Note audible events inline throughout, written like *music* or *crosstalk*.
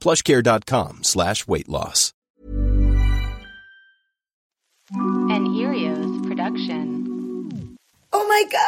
plushcare.com slash weight loss. An Erios production. Oh my god,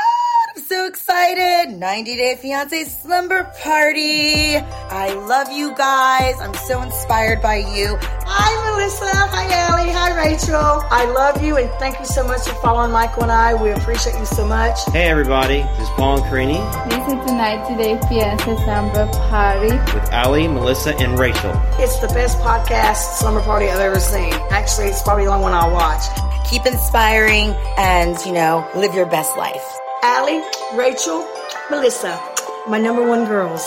I'm so excited! 90 Day Fiance Slumber Party! I love you guys. I'm so inspired by you. Hi Melissa, hi Allie, hi Rachel. I love you and thank you so much for following Michael and I. We appreciate you so much. Hey everybody, this is Paul and Carini This is the night today fiance samba party. with Ali, Melissa, and Rachel. It's the best podcast slumber party I've ever seen. Actually, it's probably the only one I'll watch. Keep inspiring and, you know, live your best life. Allie, Rachel, Melissa, my number one girls.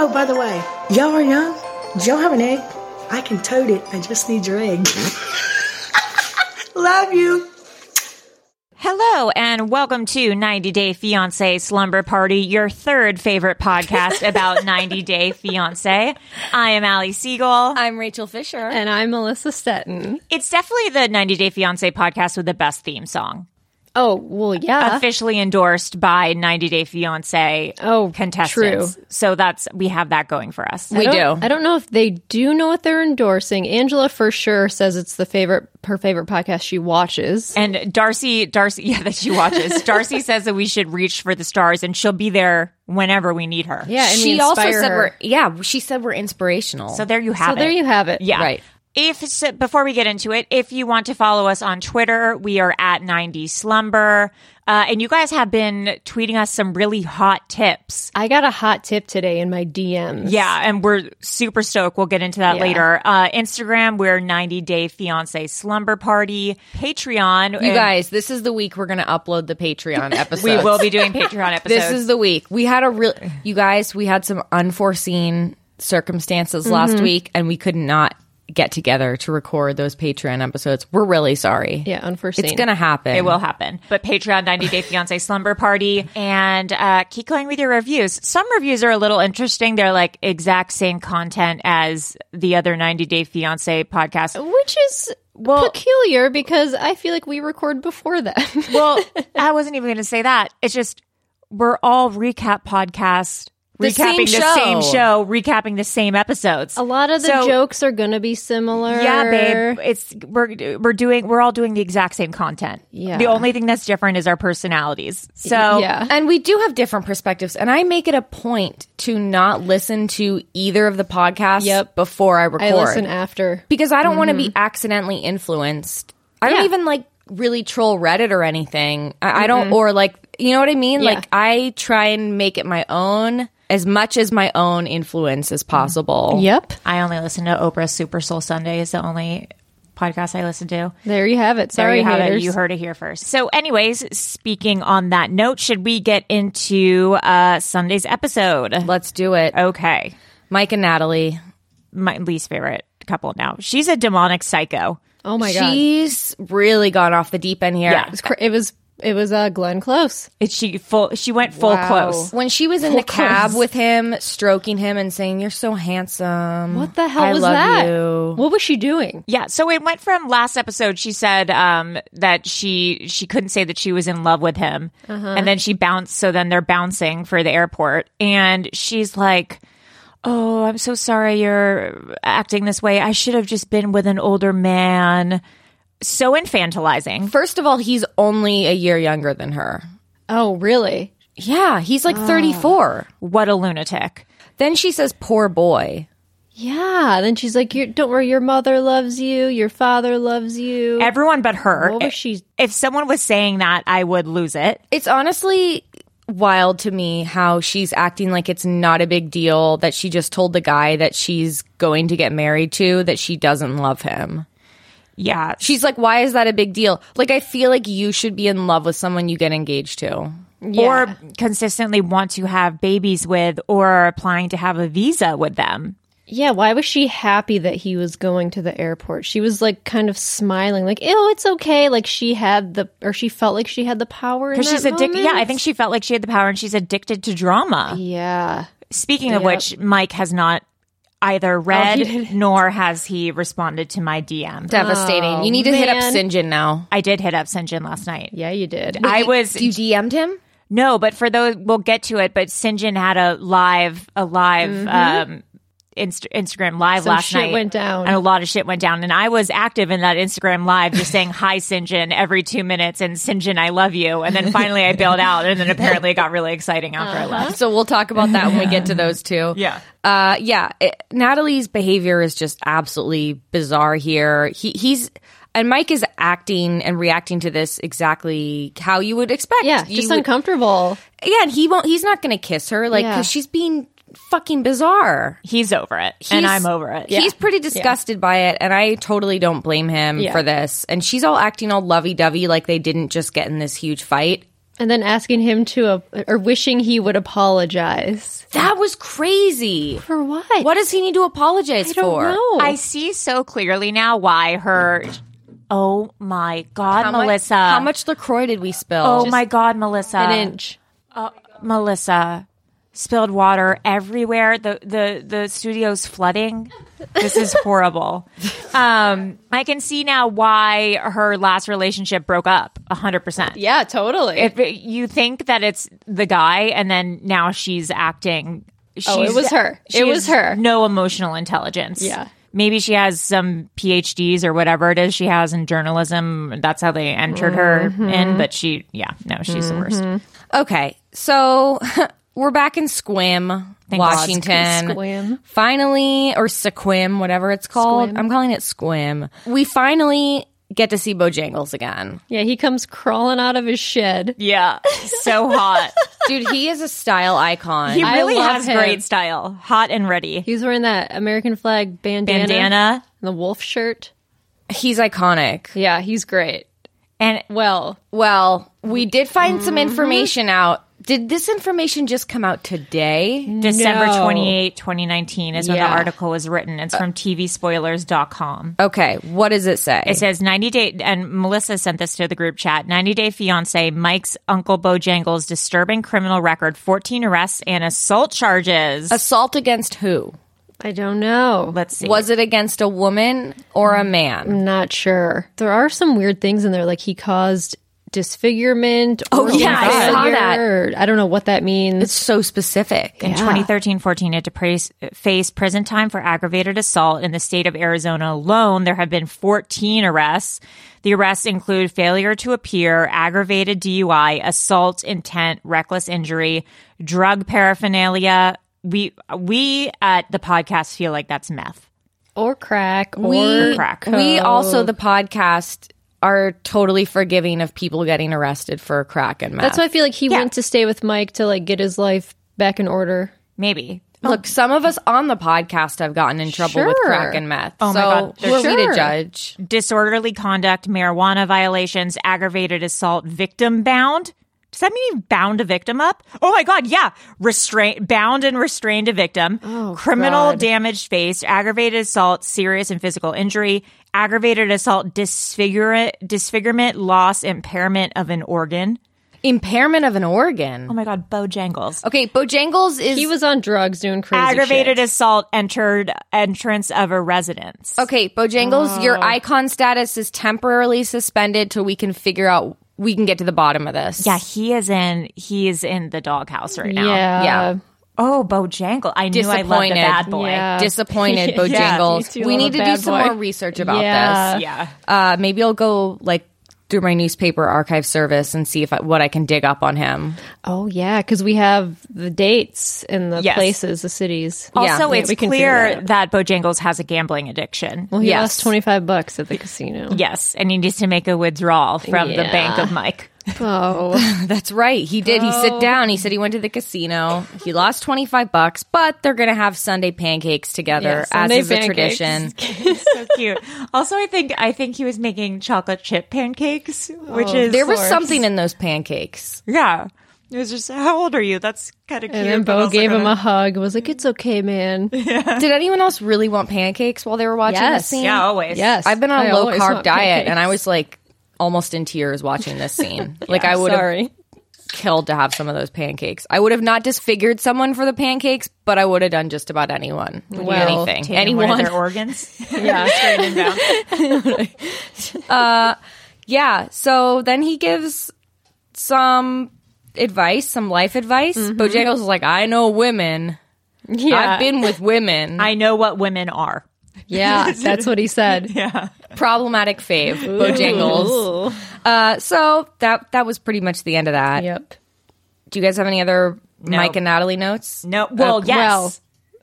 Oh, by the way, y'all are young. Do y'all have an egg? I can tote it. I just need your egg. *laughs* Love you. Hello and welcome to 90 Day Fiance Slumber Party, your third favorite podcast *laughs* about 90 Day Fiance. I am Ali Siegel. I'm Rachel Fisher. And I'm Melissa Stetton. It's definitely the 90 Day Fiance podcast with the best theme song, Oh, well, yeah. officially endorsed by 90 Day Fiance Oh, contestants. true. So that's we have that going for us. we I do. don't- I don't know if they do know what they're endorsing. Angela for sure says it's the favorite her favorite podcast she watches. And Darcy, Darcy, *laughs* yeah, that she watches. Darcy says that we should reach for the stars, and she'll be there whenever we need her. Yeah, and we she also inspire said her. we're yeah. She said we're inspirational. So there you have So it. there you have it. Yeah. Right. If so, before we get into it, if you want to follow us on Twitter, we are at 90 Slumber. Uh, and you guys have been tweeting us some really hot tips. I got a hot tip today in my DMs. Yeah, and we're super stoked. We'll get into that Yeah. later. Uh, Instagram, we're 90 Day Fiance Slumber Party. Patreon, uh, you and guys, this is the week we're going to upload the *laughs* Patreon episode. we will be doing *laughs* Patreon episodes. This is the week we had a real. You guys, we had some unforeseen circumstances last week, and we could not get together to record those Patreon episodes. We're really sorry. Yeah, unforeseen. it's gonna happen. It will happen. But Patreon 90 Day Fiance Slumber Party and uh, keep going with your reviews. Some reviews are a little interesting. They're like exact same content as the other 90 Day Fiance podcast. Which is Well- peculiar because I feel like we record before that. *laughs* Well, I wasn't even going to say that. It's just we're all recap podcasts. The recapping same the same show. show, recapping the same episodes. a lot of the So- jokes are gonna be similar. Yeah, babe. It's we're we're doing we're all doing the exact same content. Yeah. The only thing that's different is our personalities. So Yeah. Yeah. And And we do have different perspectives, and I make it a point to not listen to either of the podcasts Yep. before I record. I listen after. because I don't want to be accidentally influenced. I don't Yeah. even like really troll Reddit or anything. I, I don't, or like, you know what I mean? Yeah. Like, I try and make it my own as much as my own influence as possible. Yep. I only listen to Oprah's Super Soul Sunday is the only podcast I listen to. There you have it. There Sorry, you have it. haters. You heard it here first. So, anyways, speaking on that note, should we get into uh, Sunday's episode? Let's do it. Okay, Mike and Natalie. my least favorite couple. Now she's a demonic psycho. Oh my god. She's really gone off the deep end here. Yeah. It was, cr- it was it was uh, Glenn Close. It, she full. She went full Wow. close. When she was in the cab with him, stroking him and saying, You're so handsome. What the hell I was love that? you." What was she doing? Yeah, so it went from last episode. She said um, that she she couldn't say that she was in love with him, and then she bounced. So then they're bouncing for the airport, and she's like, "Oh, I'm so sorry you're acting this way. I should have just been with an older man." So infantilizing. First of all, he's only a year younger than her. Oh, really? Yeah, he's like 34. What a lunatic! Then she says, poor boy. Yeah. And then she's like, "You don't worry, your mother loves you, your father loves you. Everyone but her. What was she- If someone was saying that, I would lose it. It's honestly wild to me how she's acting like it's not a big deal that she just told the guy that she's going to get married to that she doesn't love him. Yeah. She's like, why is that a big deal? Like, I feel like you should be in love with someone you get engaged to. Or consistently want to have babies with or are applying to have a visa with them. yeah. Why was she happy that he was going to the airport? She was like kind of smiling, like, "Oh, it's okay." Like she had the, or she felt like she had the power. in Because that she's addicted. Yeah, moment. I think she felt like she had the power and she's addicted to drama. Yeah. Speaking of which, Mike has not Oh, either read nor has he responded to my DM. Devastating. you need to hit up Sinjin now. I did hit up Sinjin last night. Oh, Yeah, you did. I was You DM'd him? no, but for those we'll get to it. But Sinjin had a live, a live um, Inst- Instagram live Mm-hmm. Some last shit night. went down. and a lot of shit went down. And I was active in that Instagram live, just saying hi Sinjin every two minutes and Sinjin, I love you. And then finally I bailed out, and then apparently it got really exciting after I Uh-huh. left. So we'll talk about that when we get to those two. *laughs* Yeah. Uh, yeah. It- Natalie's behavior is just absolutely bizarre here. He, he's, and Mike is acting and reacting to this exactly how you would expect. yeah, You just would- uncomfortable. Yeah, and he won't, he's not going to kiss her, like, Yeah. because she's being fucking bizarre. He's over it, He's- and I'm over it. He's pretty disgusted by it, and I totally don't blame him for this. And she's all acting all lovey dovey, like they didn't just get in this huge fight. And then asking him to, uh, or wishing he would apologize. That was crazy. For what? What does he need to apologize I don't for? know. I see so clearly now why her. Oh my God, How much- Melissa! how much Lacroix did we spill? Oh my God, Melissa! An inch. Melissa spilled water everywhere. The the the studio's flooding. This is *laughs* horrible. um, I can see now why her last relationship broke up. hundred percent. Yeah, totally. If it- you think that it's the guy, and then now she's acting. She's, Oh, it was her. she It was has her. No emotional intelligence. Yeah. Maybe she has some PhDs or whatever it is she has in journalism. That's how they entered Mm-hmm. her in. But she, yeah, no, she's the worst. Okay, so *laughs* we're back in Squim, Washington. Squim. Finally, or Sequim, whatever it's called. I'm calling it Squim. We finally get to see Bojangles again. yeah, he comes crawling out of his shed. Yeah, so hot. *laughs* Dude, he is a style icon. He I really love has him. great style, hot and ready. He's wearing that American flag bandana, Bandana and the wolf shirt. He's iconic. Yeah, he's great. and Well, Well, we did find some Mm-hmm. information out. Did this information just come out today? December No. twenty eighth, 2019 is when Yeah. the article was written. It's from tvspoilers.com. Uh, Okay, what does it say? It says 90 day, and Melissa sent this to the group chat 90 day fiance, Mike's uncle Bojangles, disturbing criminal record, 14 arrests and assault charges. Assault against who? I don't know. Let's see. Was it against a woman or Mm. a man? I'm not sure. There are some weird things in there, like he caused disfigurement. or Oh, yeah, I failure, saw that. or- I don't know what that means. It's so specific. in 2013 14, had to praise, face uh, prison time for aggravated assault. In the state of Arizona alone, there have been 14 arrests. The arrests include failure to appear, aggravated DUI, assault intent, reckless injury, drug paraphernalia. We, we at the podcast feel like that's meth. or crack. Or Oh, We, crack. we also, the podcast, are totally forgiving of people getting arrested for crack and meth. That's why I feel like he went to stay with Mike to like get his life back in order. Maybe. Look, some of us on the podcast have gotten in trouble with Sure. crack and meth. Oh so my God, who are we to sure. judge? Disorderly conduct, marijuana violations, aggravated assault, victim bound. Does that mean he bound a victim up? Oh my God, yeah. Restraint, bound and restrained a victim. Oh, Criminal damage faced, aggravated assault, serious and physical injury, aggravated assault, disfigure, disfigurement, loss, impairment of an organ. Impairment of an organ. Oh my God, Bojangles. Okay, Bojangles is He was on drugs doing crazy aggravated shit. assault entered entrance of a residence. Okay, Bojangles, Oh. your icon status is temporarily suspended till we can figure out we can get to the bottom of this. Yeah, he is in he is in the doghouse right now. Yeah. Yeah. Oh, Bojangle. I knew I loved a Disappointed. bad *laughs* boy. *laughs* Yeah. *laughs* Disappointed Yeah, Bojangles. you two we love a need to do bad some boy. more research about Yeah. this. Uh maybe I'll go like through my newspaper archive service and see if I, what I can dig up on him. *laughs* Oh yeah, because we have the dates and the Yes. places, the cities. Also, Yeah, it's we can figure clear that out. that. Bojangles has a gambling addiction. Well, he Yes. lost twenty five bucks at the casino. yes, and he needs to make a withdrawal from the bank of Mike. *laughs* *laughs* Oh, That's right. He did. He sit down. He said he went to the casino. He lost 25 bucks, but they're going to have Sunday pancakes together as Sunday is a pancakes. tradition. so cute. Also, I think I think he was making chocolate chip pancakes, Oh, which is There was something in those pancakes. yeah. It was just how old are you? That's kind of cute. and then but Bo also gave him kinda- a hug. Was like, "It's okay, man." Did anyone else really want pancakes while they were watching Yes. this scene? yeah, always. Yes, I've been on I a low always carb want diet pancakes. and I was like almost in tears watching this scene. *laughs* like I would have Sorry. killed to have some of those pancakes. I would have not disfigured someone for the pancakes, but I would have done just about anyone. Well, anything. Taking one of Anyone. *laughs* their organs. Yeah. Turning down. Yeah. So then he gives some advice, some life advice. Bojangles is like, I know women. yeah. I've been with women. I know what women are. yeah. That's what he said. Problematic fave, Bojangles. Ooh. Uh, so that that was pretty much the end of that. Yep. Do you guys have any other Mike and Natalie notes? No, well, yes. Well,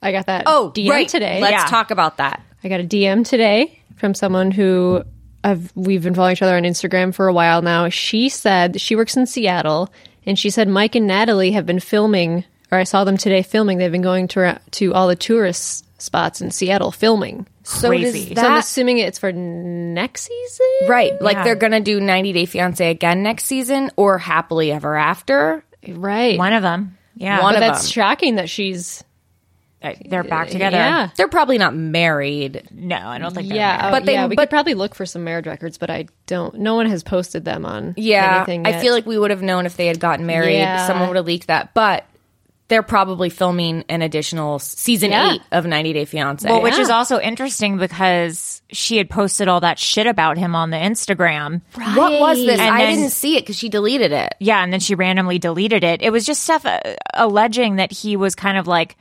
I got that. Oh, DM right. today. Let's Yeah. talk about that. I got a DM today from someone who I've we've been following each other on Instagram for a while now. She said she works in Seattle, and she said Mike and Natalie have been filming, or I saw them today filming. They've been going to to all the tourist spots in Seattle filming. So Crazy. does so I'm that assuming it's for next season, right? Like they're gonna do 90 Day Fiance again next season, or Happily Ever After. Right. One of them. Yeah. Uh, One but of that's them. shocking that she's They're back together. yeah. They're probably not married. No, I don't think they're Yeah, But but they- yeah, we but- could probably look for some marriage records, but I don't. No one has posted them on. Yeah, anything I yet. feel like we would have known if they had gotten married. Yeah. Someone would have leaked that, but they're probably filming an additional s- season Yeah. eight of 90 Day Fiance. Well, which is also interesting because she had posted all that shit about him on the Instagram. what was this? And I then- didn't see it because she deleted it. Yeah, and then she randomly deleted it. It was just stuff uh, alleging that he was kind of like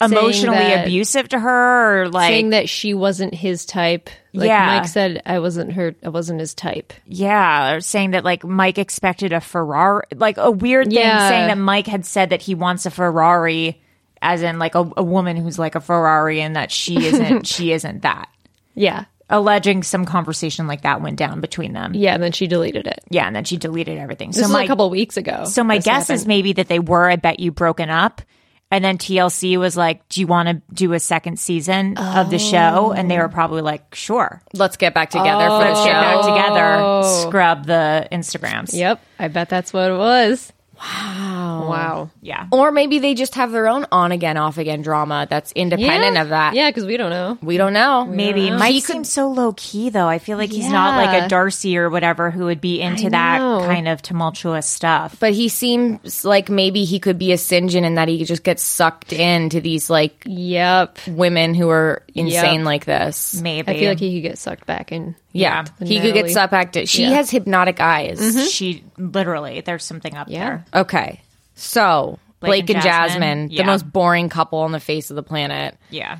emotionally that- abusive to her or like saying that she wasn't his type. Like Yeah. Mike said, I wasn't her. I wasn't his type. yeah, or saying that like Mike expected a Ferrari, like a weird thing Yeah. saying that Mike had said that he wants a Ferrari as in like a, a woman who's like a Ferrari and that *laughs* she isn't she isn't that. Yeah, Alleging some conversation like that went down between them. yeah. And then she deleted it. Yeah, and then she deleted everything. This so was my a couple weeks ago. So my guess is maybe that they were, I bet you, broken up. And then TLC was like, Do you want to do a second season of the show? And they Oh. were probably like, Sure. Let's get back together for Let's the get back show. together, scrub the Instagrams. Oh. Yep, I bet that's what it was. Wow. Wow. Yeah. Or maybe they just have their own on again, off again drama that's independent of that. Yeah, because we don't know. We don't know. Maybe Mike seems so low key though. I feel like he's not like Yeah. a Darcy or whatever who would be into that know. kind of tumultuous stuff. But he seems like maybe he could be a Sinjin and that he could just get sucked into these like Yep. women who are insane like this. maybe I feel like he could get sucked back in. Yeah. He could get Natalie. sucked Mm-hmm. back to. She has hypnotic eyes. Mm-hmm. she literally there's something up Yeah. Oh. there. Okay. So Blake, Blake and and Jasmine, Jasmine, the yeah. most boring couple on the face of the planet. Yeah.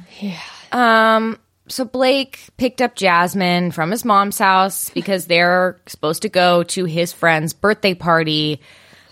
So Blake picked up Jasmine from his mom's house because they're supposed to go to his friend's birthday party.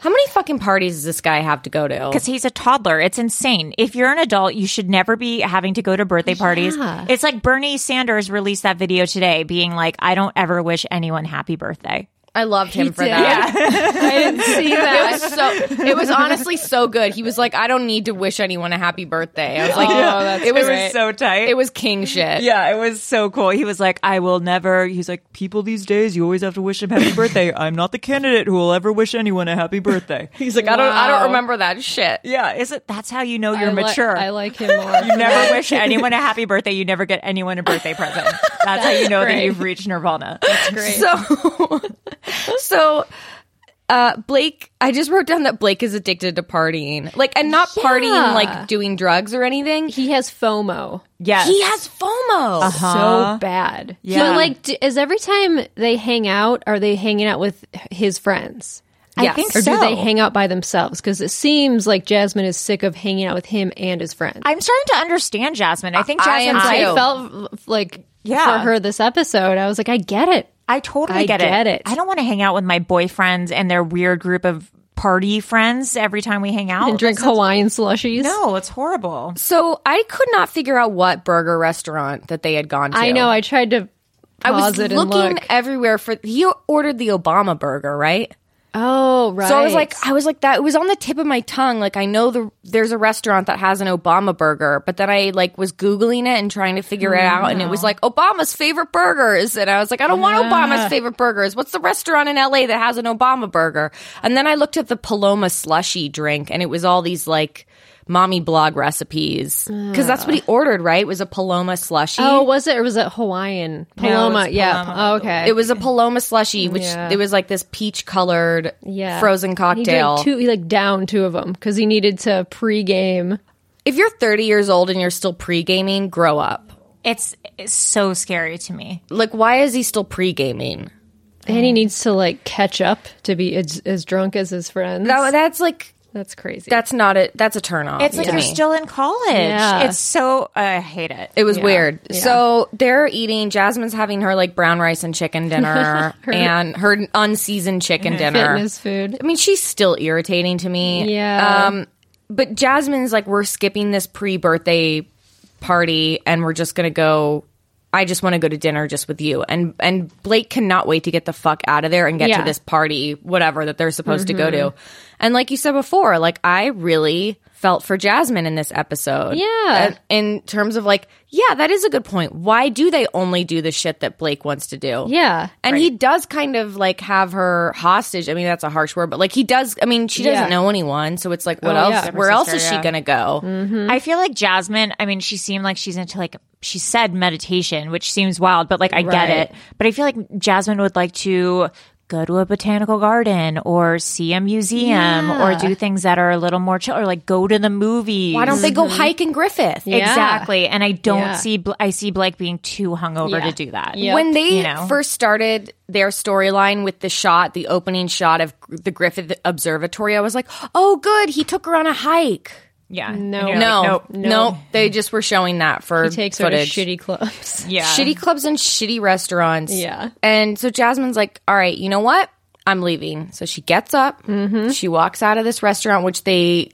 How many fucking parties does this guy have to go to? because he's a toddler. It's insane. If you're an adult, you should never be having to go to birthday parties. It's like Bernie Sanders released that video today being like, I don't ever wish anyone happy birthday. I loved him for that. *laughs* I didn't see It was so. It was honestly so good. He was like, "I don't need to wish anyone a happy birthday." I was Oh, *laughs* like, "It was so tight. It was king shit. yeah, it was so cool. He was like, I will never. He's like, people these days, you always have to wish them happy *laughs* birthday. I'm not the candidate who will ever wish anyone a happy birthday. He's like, "I don't. I don't remember that shit." yeah, is it? That's how you know you're I li- mature. I like him more. *laughs* you never wish anyone a happy birthday. You never get anyone a birthday present. That's, how you know that you've reached nirvana. So, so uh, Blake, I just wrote down that Blake is addicted to partying, like, and not partying like doing drugs or anything. he has FOMO. Yes. uh-huh. He has FOMO. so bad. Yeah. But like, d- is every time they hang out, are they hanging out with his friends? Yes. I think Or so. do they hang out by themselves? Because it seems like Jasmine is sick of hanging out with him and his friends. I'm starting to understand Jasmine. I think I am Jasmine's too. like, I felt like Yeah. for her this episode, I was like, I get it. I totally I get, get it. I don't want to hang out with my boyfriends and their weird group of party friends every time we hang out and drink Hawaiian slushies. No, it's horrible. So I could not figure out what burger restaurant that they had gone to. I know. I tried to. I was pause it and looking look. everywhere for he ordered the Obama burger, right? Oh right. So I was like I was like that it was on the tip of my tongue like I know the there's a restaurant that has an Obama burger, but then I like was googling it and trying to figure it out and it Mm. was like Obama's favorite burgers and I was like I don't want Obama's favorite burgers. What's the restaurant in LA that has an Obama burger? And then I looked at the Paloma slushy drink and it was all these like mommy blog recipes cuz that's what he ordered, right? Was a Paloma slushy. oh, was it or was it Hawaiian Paloma? yeah. Paloma. Oh, okay. It was a Paloma slushy, which Yeah. it was like this peach colored yeah. frozen cocktail. He, drank two, he like downed two of them because he needed to pregame. if you're 30 years old and you're still pre gaming, grow up. It's, it's so scary to me. Like, why is he still pre gaming? And Mm. he needs to like catch up to be as, as drunk as his friends. That, that's like, That's crazy. that's not a, that's a turn off. It's like to you're me. still in college. Yeah. It's so I hate it. It was weird. So they're eating. Jasmine's having her like brown rice and *laughs* chicken dinner and her unseasoned chicken dinner. fitness food. I mean, she's still irritating to me. Yeah. Um, but Jasmine's like, we're skipping this pre-birthday party, and we're just gonna go. I just want to go to dinner just with you. And and Blake cannot wait to get the fuck out of there and get Yeah. Mm-hmm. to this party, whatever that they're supposed to go to. And like you said before, like I really felt for Jasmine in this episode. Yeah. Uh, in terms of like, yeah, that is a good point. Why do they only do the shit that Blake wants to do? Yeah. And he does kind of like have her hostage. I mean, that's a harsh word, but like he does. I mean, she doesn't Yeah. know anyone, so it's like, what Oh, else? yeah. Mm-hmm. Where else is she gonna go? I feel like Jasmine, I mean, she seemed like she's into like, she said meditation, which seems wild, but like I Right. get it. But I feel like Jasmine would like to go to a botanical garden or see a museum or do things that are a little more chill or like go to the movies. Why don't they go Mm-hmm. hike in Griffith? Exactly. And I don't Yeah. see, Bl- I see Blake being too hungover Yeah. to do that. Yeah. When they You know. first started their storyline with the shot, the opening shot of the Griffith Observatory, I was like, oh, good, he took her on a hike. Yeah. No. And you're No, like, no, nope. They just were showing that for He takes footage. her to shitty clubs. Yeah. shitty clubs and shitty restaurants. Yeah. And so Jasmine's like, all right, you know what? I'm leaving. So she gets up. She walks out of this restaurant, which they,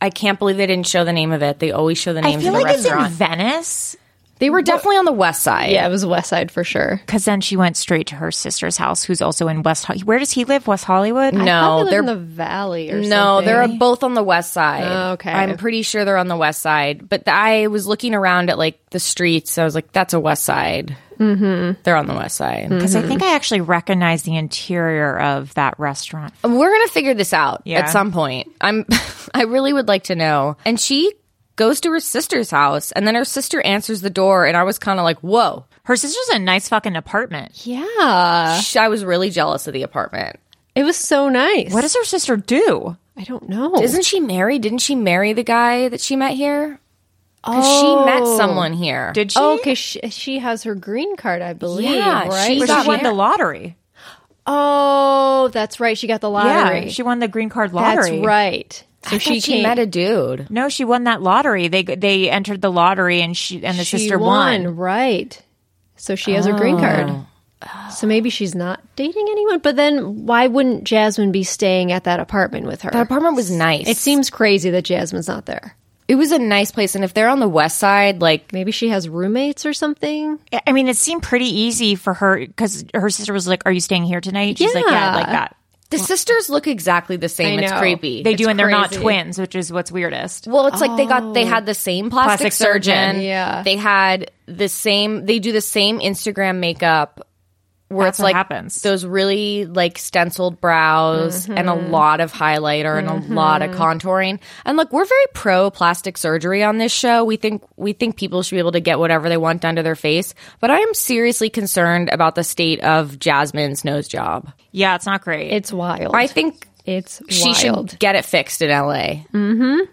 I can't believe they didn't show the name of it. They always show the I names feel of the like it's in restaurant. Venice they were definitely on the west side. Yeah, it was West Side for sure. because then she went straight to her sister's house, who's also in West. Ho- Where does he live? West Hollywood. No, they they're in the valley or No, something. they're both on the west side. Oh, okay. I'm pretty sure they're on the west side. But th- I was looking around at like the streets. I was like, that's a west side. Mm-hmm. They're on the west side. Because I think I actually recognize the interior of that restaurant. We're gonna figure this out Yeah. at some point. I'm *laughs* I really would like to know. And she goes to her sister's house and then her sister answers the door and I was kind of like, "Whoa." Her sister's in a nice fucking apartment. Yeah. Sh- I was really jealous of the apartment. It was so nice. What does her sister do? I don't Oh. know. Isn't she married? Didn't she marry the guy that she met here? Cuz she met someone here. Oh. Did she? Oh, because she, she has her green card, I believe. Yeah, right. she's But got she won married. the lottery. oh, that's right. She got the lottery. Yeah, she won the green card that's lottery. right. So I thought she, came- met a dude. No, she won that lottery. They they entered the lottery and she and the she sister won. won. right? So she has her green Oh. card. So maybe she's not dating anyone. But then, why wouldn't Jasmine be staying at that apartment with her? That apartment was nice. it seems crazy that Jasmine's not there. it was a nice place and if they're on the west side like Maybe she has roommates or something. I- I mean, it seemed pretty easy for her because her sister was like, "Are you staying here tonight?" She's like, "Yeah, I'd like that." the sisters look exactly the same. I It's know. creepy. They do, and they're not crazy. twins, which is what's weirdest. Well, it's like they got they had the same plastic, Plastic surgeon. surgeon, yeah. They had the same they do the same Instagram makeup where That's it's what like happens. those really like stenciled brows and a lot of highlighter and a lot of contouring. And look, we're very pro plastic surgery on this show. We think we think people should be able to get whatever they want done to their face, but I am seriously concerned about the state of Jasmine's nose job. yeah, it's not great. It's wild. I think it's she wild. should get it fixed in LA. yeah,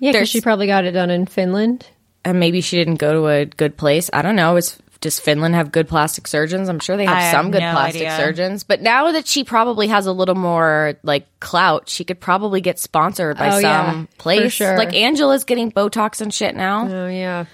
there's- because she probably got it done in Finland. and maybe she didn't go to a good place. I don't know. It's does Finland have good plastic surgeons? I'm sure they have I have some good no plastic idea. surgeons. But now that she probably has a little more like clout, she could probably get sponsored by Oh, some yeah. For place. sure. Like Angela's getting Botox and shit now. Oh yeah.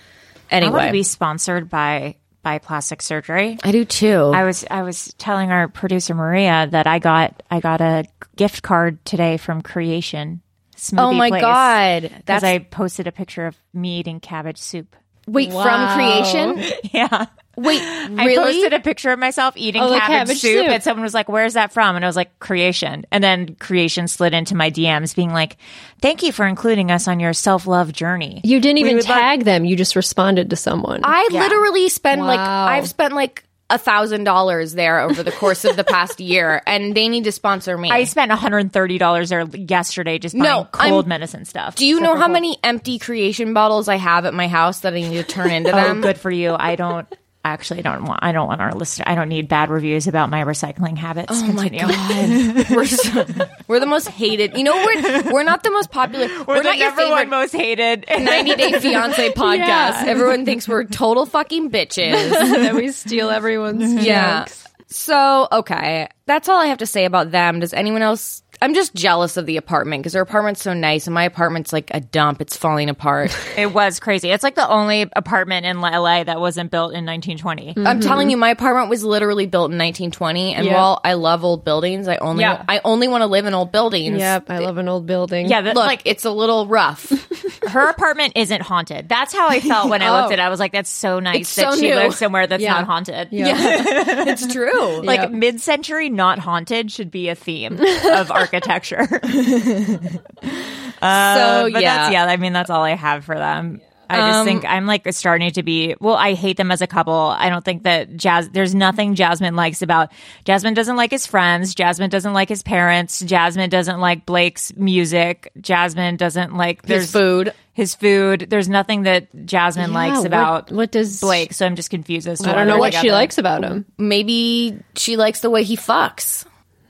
I want Anyway, to be sponsored by by plastic surgery. I do too. I was I was telling our producer Maria that I got I got a gift card today from Creation Smoothie oh my Place, god, Because that's I posted a picture of me eating cabbage soup. wait Wow. from creation. *laughs* Yeah. Wait, I really? posted a picture of myself eating Oh, the cabbage, cabbage soup, soup. and someone was like, "Where's that from?" And I was like, "Creation." And then Creation slid into my DMs, being like, "Thank you for including us on your self love journey." You didn't even would love- tag them. You just responded to someone. I literally spend like Wow. I've spent like a thousand dollars there over the course of the past *laughs* year, and they need to sponsor me. I spent one hundred and thirty dollars there yesterday just buying No, cold I'm- medicine stuff. do you know how many empty creation bottles I have at my house that I need to turn *laughs* into Oh, them? good for you. I don't. I Actually, don't want. I don't want our listener. I don't need bad reviews about my recycling habits. Oh my god! we're, so, *laughs* we're the most hated. You know, we're we're not the most popular. We're, *laughs* We're, the not your number favorite one most hated. *laughs* 90 Day Fiance podcast. Everyone thinks we're total fucking *laughs* bitches. that we steal everyone's Yeah. So, okay. That's all I have to say about them. Does anyone else? I'm just jealous of the apartment because their apartment's so nice and my apartment's like a dump. It's falling apart. it was crazy. It's like the only apartment in LA that wasn't built in 1920. I'm telling you, my apartment was literally built in 1920. And Mm-hmm. Yeah. while I love old buildings, I only Yeah. I only want to live in old buildings. Yep, I love an old building. Yeah, that, Look, like it's a little *laughs* rough. *laughs* her apartment isn't haunted. That's how I felt when I looked at it. I was like, that's so nice Oh. It's that so she new. lives somewhere that's Yeah. not haunted. *laughs* it's *laughs* true. Like mid century not haunted should be *laughs* a theme of architecture. *laughs* Uh, so, but yeah. that's yeah, I mean that's all I have for them. I just Um, think I'm like starting to be well, I hate them as a couple. I don't think that Jazz there's nothing Jasmine likes about Jasmine doesn't like his friends, Jasmine doesn't like his parents, Jasmine doesn't like Blake's music, Jasmine doesn't like There's there's food. his food. There's nothing that Jasmine likes what- about what does- Blake, so I'm just confused as to I don't know whether what they she got the- likes about him. Maybe she likes the way he fucks.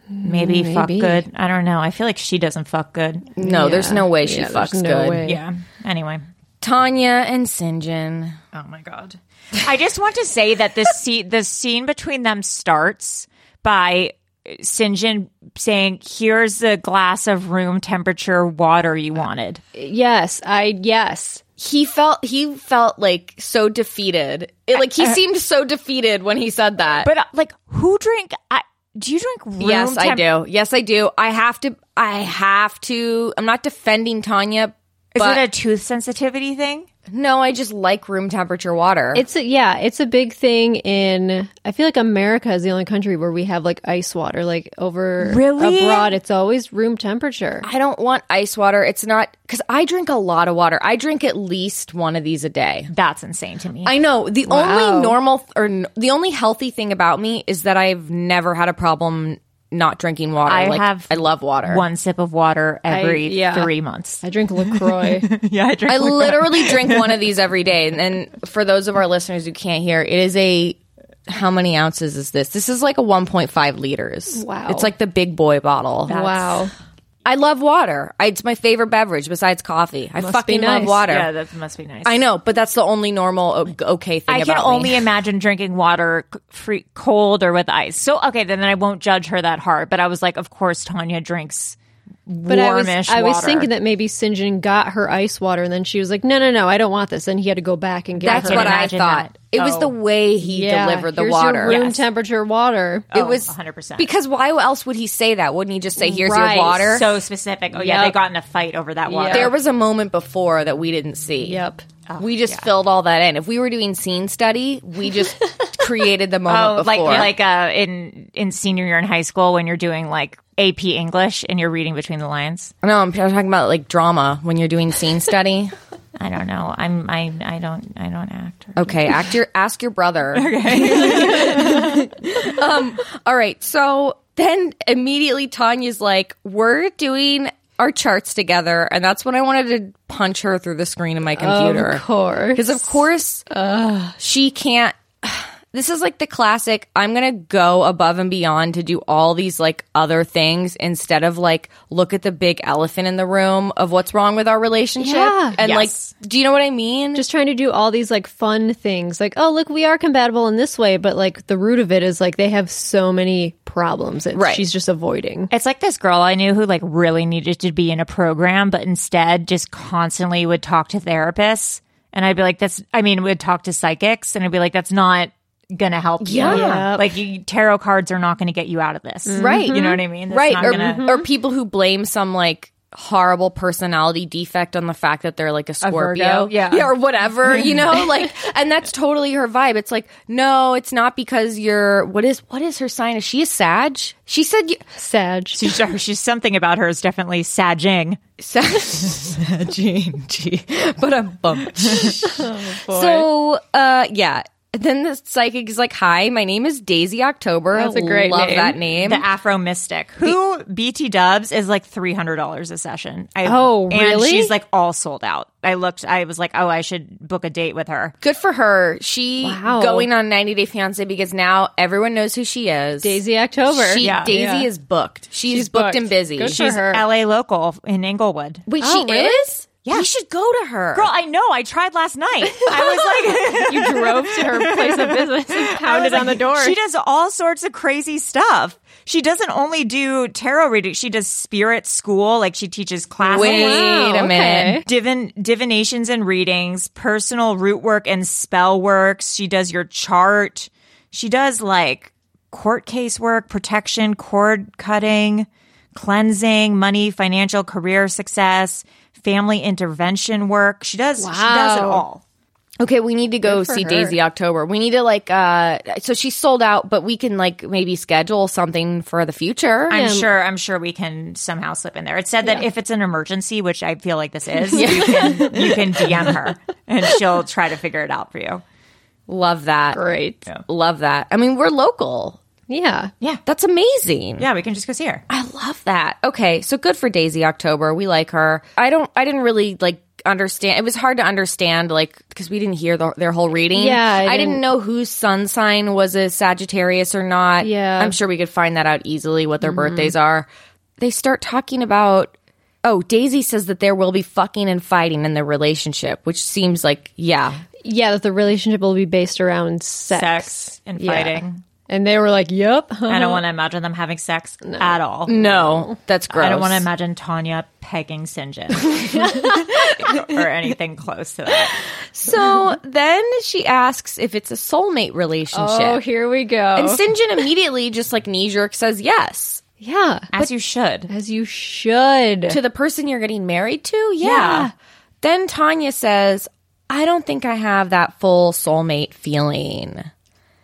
Maybe, Mm, fuck good. I don't know. I feel like she doesn't fuck good. No, there's no way she Yeah, there's fucks no good. way. Yeah. Anyway. Tanya and Sinjin. Oh my god. I just want to say that the scene *laughs* the scene between them starts by Sinjin saying, "Here's the glass of room temperature water you wanted." Yes, I yes. He felt he felt like so defeated. It, like he seemed so defeated when he said that. But uh, like, who drink? I, do you drink room? yes, I temp- do. Yes, I do. I have to. I have to. I'm not defending Tanya. Is But it a tooth sensitivity thing? no, I just like room temperature water. It's a, yeah, it's a big thing in. I feel like America is the only country where we have like ice water. Like over Really? abroad, it's always room temperature. I don't want ice water. It's not because I drink a lot of water. I drink at least one of these a day. That's insane to me. I know the only normal or n- the only healthy thing about me is that I've never had a problem not drinking water. I like, have I love water. one sip of water every yeah. three months. I *laughs* drink Lacroix. *laughs* Yeah, I drink. I literally drink one of these every day. And, and for those of our listeners who can't hear, it is a how many ounces is this? This is like a 1.5 liters. Wow. It's like the big boy bottle. wow, I love water. I, it's my favorite beverage besides coffee. I fucking love nice. water. yeah, that must be nice. I know, but that's the only normal o- okay thing I can about only me. imagine drinking water c- free, cold or with ice. So okay, then, then I won't judge her that hard. But I was like, of course, Tanya drinks warmish but I was I was water. thinking that maybe Sinjin got her ice water, and then she was like, "No, no, no, I don't want this." And he had to go back and get That's her. what I imagine thought. that. It was Oh. the way he Yeah, delivered the here's your water. room temperature water. Oh, It was 100%. Because why else would he say that? Wouldn't he just say, "Here's Right. your water"? so specific. Oh yeah, Yep. they got in a fight over that water. There was a moment before that we didn't see. Yep. we just filled all that in. If we were doing scene study, we *laughs* just created the oh, moment like before. like uh, in in senior year in high school when you're doing like AP English and you're reading between the lines. no, I'm, I'm talking about like drama when you're doing scene *laughs* study. I don't know. I'm I I don't I don't act. Okay, act your, ask your brother. Okay. *laughs* um, all right. So then immediately Tanya's like, "We're doing our charts together," and that's when I wanted to punch her through the screen of my computer. Of course. Because of course she can't. *sighs* This is like the classic. I'm gonna go above and beyond to do all these like other things instead of like look at the big elephant in the room of what's wrong with our relationship Yeah. and Yes. like, do you know what I mean? just trying to do all these like fun things like oh look we are compatible in this way but like the root of it is like they have so many problems that Right. she's just avoiding It's like this girl I knew who like really needed to be in a program, but instead just constantly would talk to therapists. And I'd be like, that's, I mean, would talk to psychics and I'd be like, that's not gonna help you. Yeah. Yeah. Like you, tarot cards are not gonna get you out of this. Right. Mm-hmm. You know what I mean? It's right. Mm-hmm. Or, not gonna- or people who blame some like horrible personality defect on the fact that they're like a Scorpio. Virgo, yeah. *laughs* Or whatever, you *laughs* know? Like and that's totally her vibe. It's like, no, it's not because you're what is what is her sign? Is she a Sag? She said you Sag. *laughs* she's, she's something about her is definitely saging. Sag. *laughs* but a bump. *laughs* Oh, so uh yeah. Then the psychic is like, Hi, my name is Daisy October. That's a great Love name. that name. The Afro Mystic, who BT dubs is like three hundred dollars a session. I, Oh, And really? she's like all sold out. I looked. I was like, oh, I should book a date with her. Good for her. She Wow. going on 90 Day Fiance because now everyone knows who she is. Daisy October. She, Yeah. Daisy Yeah. is booked. She's, She's booked, booked. and busy. Good for She's, her. L.A. local in Inglewood. Wait, Oh, she really? is? Yeah. We should go to her. Girl, I know. I tried last night. I was like. *laughs* you drove to her place of business *laughs* and pounded on the door. She does all sorts of crazy stuff. She doesn't only do tarot reading, she does spirit school, like she teaches classes. Wait Wow, a minute. okay. Divin- divinations and readings, personal root work and spell works. She does your chart. She does like court case work, protection, cord cutting, cleansing, money, financial, career success, family intervention work. She does she does it Wow. all. Okay, we need to go for see her. Daisy October. We need to like uh so she's sold out, but we can like maybe schedule something for the future. I'm sure. I'm sure we can somehow slip in there. It said that if it's an emergency, which I feel *laughs* like this is, you can you can DM her and she'll try to figure it out for you. Love that. great. Love that. I mean, we're local. Yeah. Yeah, That's amazing. yeah. We can just go see her. I love that. Okay, so good for Daisy October. We like her. I don't. I didn't really like understand. It was hard to understand, like because we didn't hear the, their whole reading. Yeah, I I didn't, didn't- know whose sun sign was a Sagittarius or not. Yeah. Mm-hmm. I'm sure we could find that out easily. What their birthdays are. They start talking about. Oh, Daisy says that there will be fucking and fighting in the relationship, which seems like yeah, Yeah, that the relationship will be based around sex. Sex and Yeah. fighting. And they were like, yep. I don't want to imagine them *laughs* having sex at all. no, that's gross. I don't want to imagine Tanya *laughs* pegging Sinjin or anything close to that. So then she asks if it's a soulmate relationship. Oh, here we go. And St. John immediately just like knee jerk says yes yeah. As you should. As you should. to the person you're getting married to. Yeah. Yeah. Then Tanya says, I don't think I have that full soulmate feeling.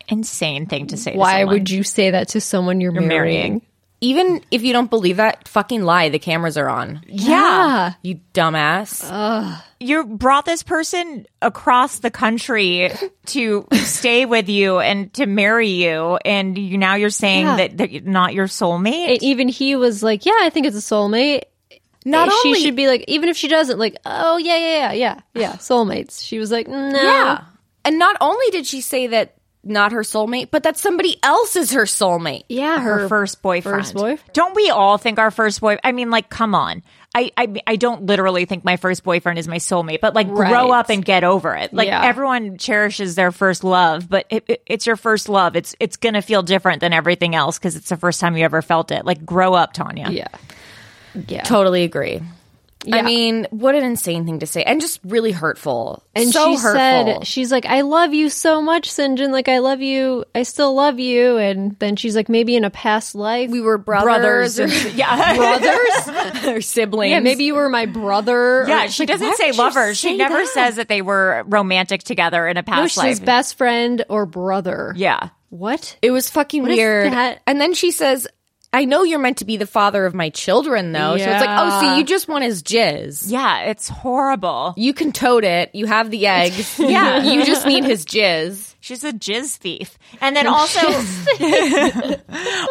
Insane thing to say. Why would you say that to someone you're, marrying? marrying? Even if you don't believe that, fucking lie. The cameras are on. Yeah. You dumbass. Uh, you brought this person across the country to stay with you and to marry you, and you now you're saying Yeah. that, that you're not your soulmate. And even he was like, yeah, I think it's a soulmate. Not she only- should be like, even if she doesn't, like, oh, yeah, yeah, yeah, yeah, *sighs* yeah, soulmates. She was like, no. Yeah. And not only did she say that not her soulmate, but that somebody else is her soulmate. Yeah, her, first boyfriend. first boyfriend. Don't we all think our first boy? I mean, like, come on. I, I I don't literally think my first boyfriend is my soulmate, but like, grow Right. up and get over it. Like, Yeah. everyone cherishes their first love, but it, it- it's your first love. It's it's gonna feel different than everything else because it's the first time you ever felt it. Like, grow up, Tanya. Yeah. Yeah. Totally agree. I Yeah. mean, what an insane thing to say, and just really hurtful. And so she hurtful. said, she's like, I love you so much, Sinjin. Like, I love you. I still love you. And then she's like, maybe in a past life. we were brothers, *laughs* or *laughs* Yeah. *laughs* brothers or siblings. yeah, maybe you were my brother. Yeah, Or- she like, why doesn't say would you lovers. She say never that? says that they were romantic together in a No, past she says life. best friend or brother. yeah. What? It was fucking is weird. that? And then she says, I know you're meant to be the father of my children, though. So it's like, oh, see, you just want his jizz. Yeah, it's horrible. *laughs* You can tote it. You have the eggs. yeah. You just need his jizz. She's a jizz thief. And then also *laughs*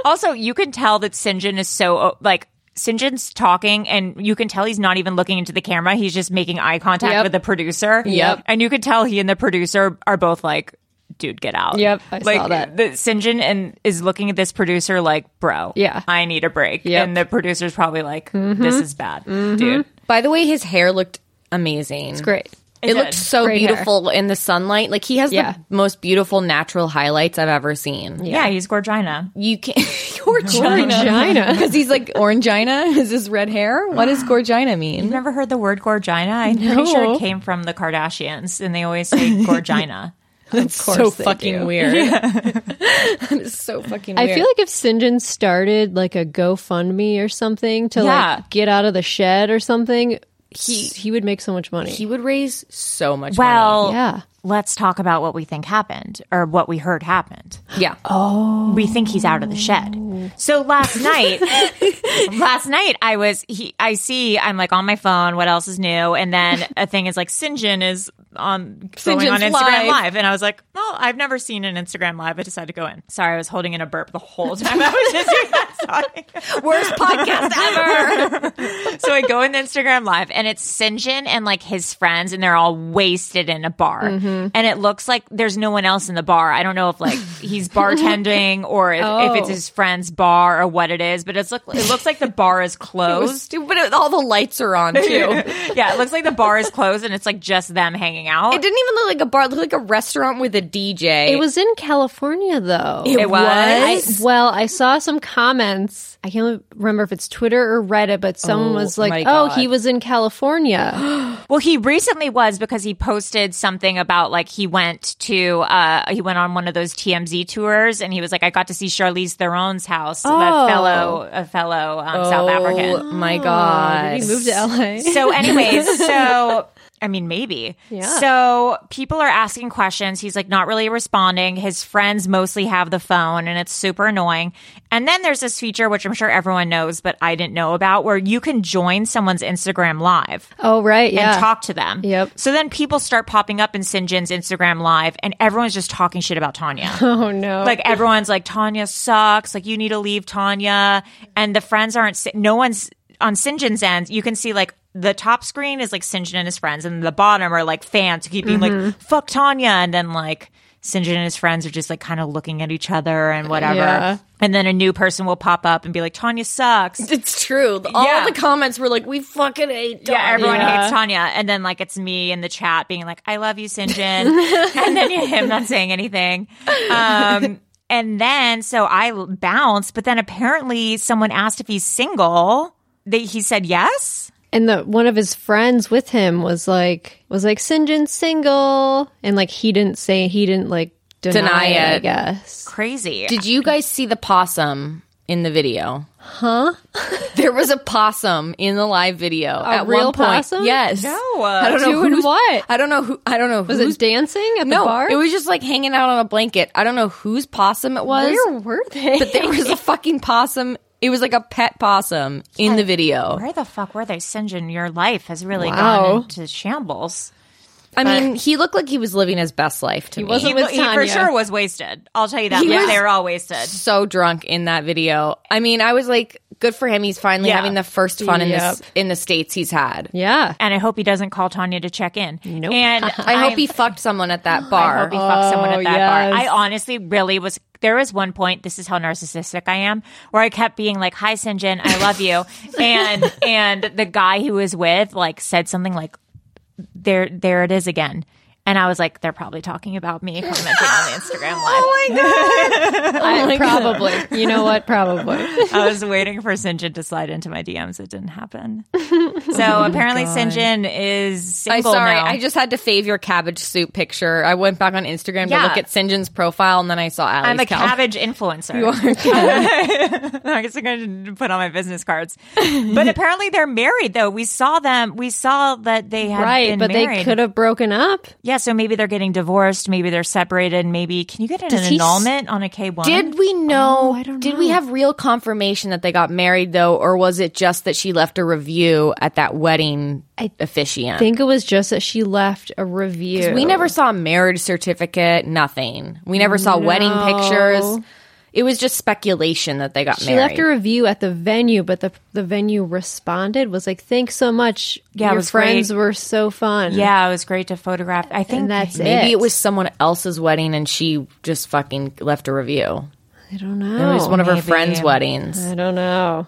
Also, you can tell that Sinjin is so uh, like Sinjin's talking and you can tell he's not even looking into the camera. He's just making eye contact Yep. with the producer. Yep. And you could tell he and the producer are both like Dude, get out. Yep, I like, saw that. The, Sinjin and is looking at this producer like, bro, Yeah. I need a break. Yep. Mm-hmm. And the producer's probably like, this is bad, dude. By the way, his hair looked amazing. It's Great. It, It looked did. so Great hair. beautiful in the sunlight. Like he has Yeah. the most beautiful natural highlights I've ever seen. Yeah, he's Gorgina. You *laughs* can't *laughs* Gorgina because he's like orangina. Is his red hair? *sighs* What does gorgina mean? Never *laughs* heard the word Gorgina? I'm pretty sure it came from the Kardashians, and they always say Gorgina. That's course so they fucking do. weird. *laughs* that is so fucking I weird. feel like if Sinjin started like a GoFundMe or something to Yeah. like get out of the shed or something, he he would make so much money. he would raise so much Well, yeah. let's talk about what we think happened or what we heard happened. money. Yeah. we think he's out of the shed. So last night, last night I was he. I see. I'm like on my phone. What else is new? And then a thing is like Sinjin is on going on Sinjin's Instagram live. live. and I was like, well, I've never seen an Instagram live. I decided to go in. Sorry, I was holding in a burp the whole time. I was just doing that. *laughs* Sorry. Worst podcast ever. *laughs* so I go in the Instagram live, and it's Sinjin and like his friends, and they're all wasted in a bar, and it looks like there's no one else in the bar. I don't know if like he's bartending or if, if it's Oh. his friend's bar or what it is, but it's look it looks like the bar is It was closed. stupid. All the lights *laughs* are on too. it yeah, it looks like the bar is closed, and it's like just them hanging out. didn't even look like a bar. It looked like a restaurant with a DJ. It was in California though. It was. I, well, I saw some comments. I can't remember if it's Twitter or Reddit, but someone Oh, was my like, "Oh, God. he was in California." *gasps* Well, he recently was because he posted something about like he went to uh he went on one of those TMZ tours and he was like I got to see Charlize Theron's house, Oh. that fellow a fellow um, Oh South African. my god! he moved to LA. So *laughs* anyways, so I mean maybe. Yeah. So people are asking questions, he's like not really responding. His friends mostly have the phone and it's super annoying. And then there's this feature which I'm sure everyone knows but I didn't know about where you can join someone's Instagram live oh right, yeah. and talk to them. Yep. So then people start popping up in Sinjin's Instagram live, and everyone's just talking shit about Tanya. *laughs* oh no. like everyone's like, Tanya sucks. Like you need to leave Tanya, and the friends aren't. si- No one's on Sinjin's end. You can see like. The top screen is like Sinjin and his friends, and the bottom are like fans who keep being Mm-hmm. like "fuck Tanya," and then like Sinjin and his friends are just like kind of looking at each other and whatever. Yeah. And then a new person will pop up and be like, "Tanya sucks." It's true. All Yeah. the comments were like, "We fucking hate." Dog. Yeah, everyone Yeah. hates Tanya. And then like it's me in the chat being like, I love *laughs* you, Sinjin. and then *laughs* him not saying anything. Um and then so I l- bounced, but then apparently someone asked if he's single. They, he said yes. and the one of his friends with him was like was like Sinjin single and like he didn't say he didn't like deny, Deny it, I it. guess. Crazy. Did you guys see the possum in the video? *laughs* Huh? there was a possum in the live video. A at real one point. possum? Yes. No. I don't know Doing who's- what? I don't know who. I don't know. Was who's- it dancing at No, the bar? it was just like hanging out on a blanket. I don't know whose possum it was. Where were they? But *laughs* there was a fucking possum. It was like a pet possum in the video. Where the fuck were they? Sinjin, your life has really Wow. gone into shambles. I mean, he looked like he was living his best life to me. wasn't He, with he for Tanya. sure was wasted. I'll tell you that. much. was- they were all wasted. so drunk in that video. I mean, I was like, good for him. He's finally Yeah. having the first fun in this Yep. in the states he's had. yeah. And I hope he doesn't call Tanya to check in. Nope. *laughs* And I hope he fucked someone at that bar. I hope he fucked someone Oh, at that bar. yes. I honestly really was. There was one point. This is how narcissistic I am, where I kept being like, "Hi, Sinjin, I love *laughs* you," and and the guy who was with like said something like, "There, there it is again," and I was like, "They're probably talking about me commenting on the *laughs* Instagram live." I- probably. Oh You know what? Probably. I was waiting for Sinjin to slide into my DMs. It *laughs* didn't happen. Oh So apparently, Sinjin is I'm single sorry. now. I just had to fave your cabbage soup picture. I went back on Instagram to Yeah. look at Sinjin's profile, and then I saw Allie's I'm a cal- cabbage influencer. You *laughs* are. I guess I'm going to put on my business cards. But apparently they're married, though. We saw them. We saw that they had right, been but they married. could have broken up. Yeah, so maybe they're getting divorced. Maybe they're separated. Maybe can you get an Does he s- annulment on a K one? Did we know? Oh, I don't Did we know. have real confirmation that they got married though, or was it just that she left a review at that wedding officiant? I think it was just that she left a review. we never saw a marriage certificate. Nothing. We never saw wedding pictures. It was just speculation that they got she married. left a review at the venue, but the the venue responded was like, "Thanks so much. Yeah, it Your was friends great." were so fun." Yeah, it was great to photograph. I think and that's Maybe it. it. was someone else's wedding, and she just fucking left a review. I don't It know. was one of her friends' maybe. weddings. I don't know.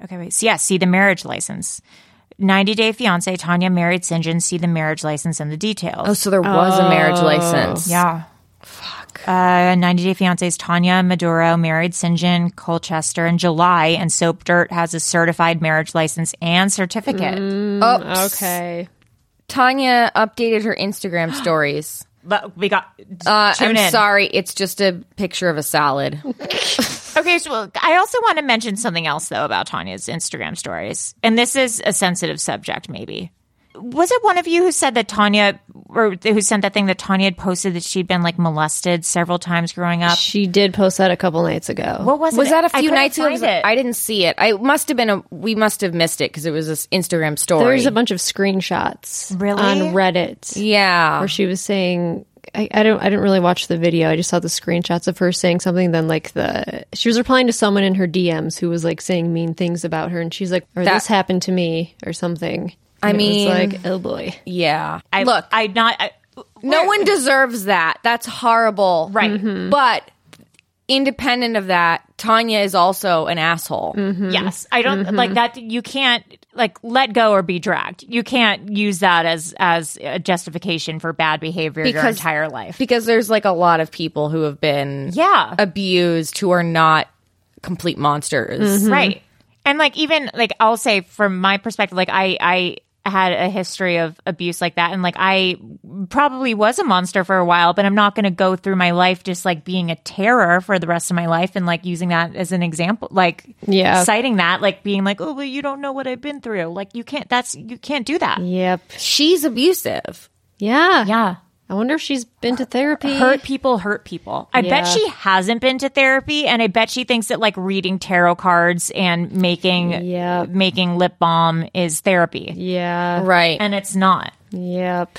Okay, wait. So, yeah, see the marriage license. 90 Day Fiance, Tanya married Sinjin. See the marriage license and the details. Oh, so there was a marriage license. Yeah. Fuck. Uh, 90 Day Fiance's Tanya Maduro married Sinjin Colchester in July, and Soap Dirt has a certified marriage license and certificate. Mm. Oops. Okay. Tanya updated her Instagram stories. But we got. Uh, tune I'm in. sorry, it's just a picture of a salad. Okay, so well, I also want to mention something else though about Tanya's Instagram stories, and this is a sensitive subject. Maybe was it one of you who said that Tanya, or who sent that thing that Tanya had posted that she'd been like molested several times growing up? She did post that a couple nights ago. What was, was it? that a I few couldn't nights ago? find 'Cause it. I didn't see it. I must have been a. We must have missed it because it was this Instagram story. There's a bunch of screenshots Really? on Reddit yeah. where she was saying I, I don't I didn't really watch the video. I just saw the screenshots of her saying something then like the she was replying to someone in her DMs who was like saying mean things about her and she's like or That- this happened to me or something. I And it was mean- like oh boy. yeah. I, Look, I not. I, no one deserves that. That's horrible. Mm-hmm. Right. Mm-hmm. But independent of that, Tanya is also an asshole. Yes, I don't Mm-hmm. like that. You can't like let go or be dragged. You can't use that as as a justification for bad behavior your Because- entire life. Because there's like a lot of people who have been Yeah. abused who are not complete monsters. right and like even like i'll say from my perspective like i i had a history of abuse like that and like i probably was a monster for a while but i'm not going to go through my life just like being a terror for the rest of my life and like using that as an example like Yeah. citing that like being like oh well you don't know what i've been through like you can't that's you can't do that Yep. She's abusive. Yeah. yeah I wonder if she's been to therapy. hurt people hurt people i Yeah. bet she hasn't been to therapy and i bet she thinks that like reading tarot cards and making Yeah. making lip balm is therapy Yeah. Right. and it's not Yep.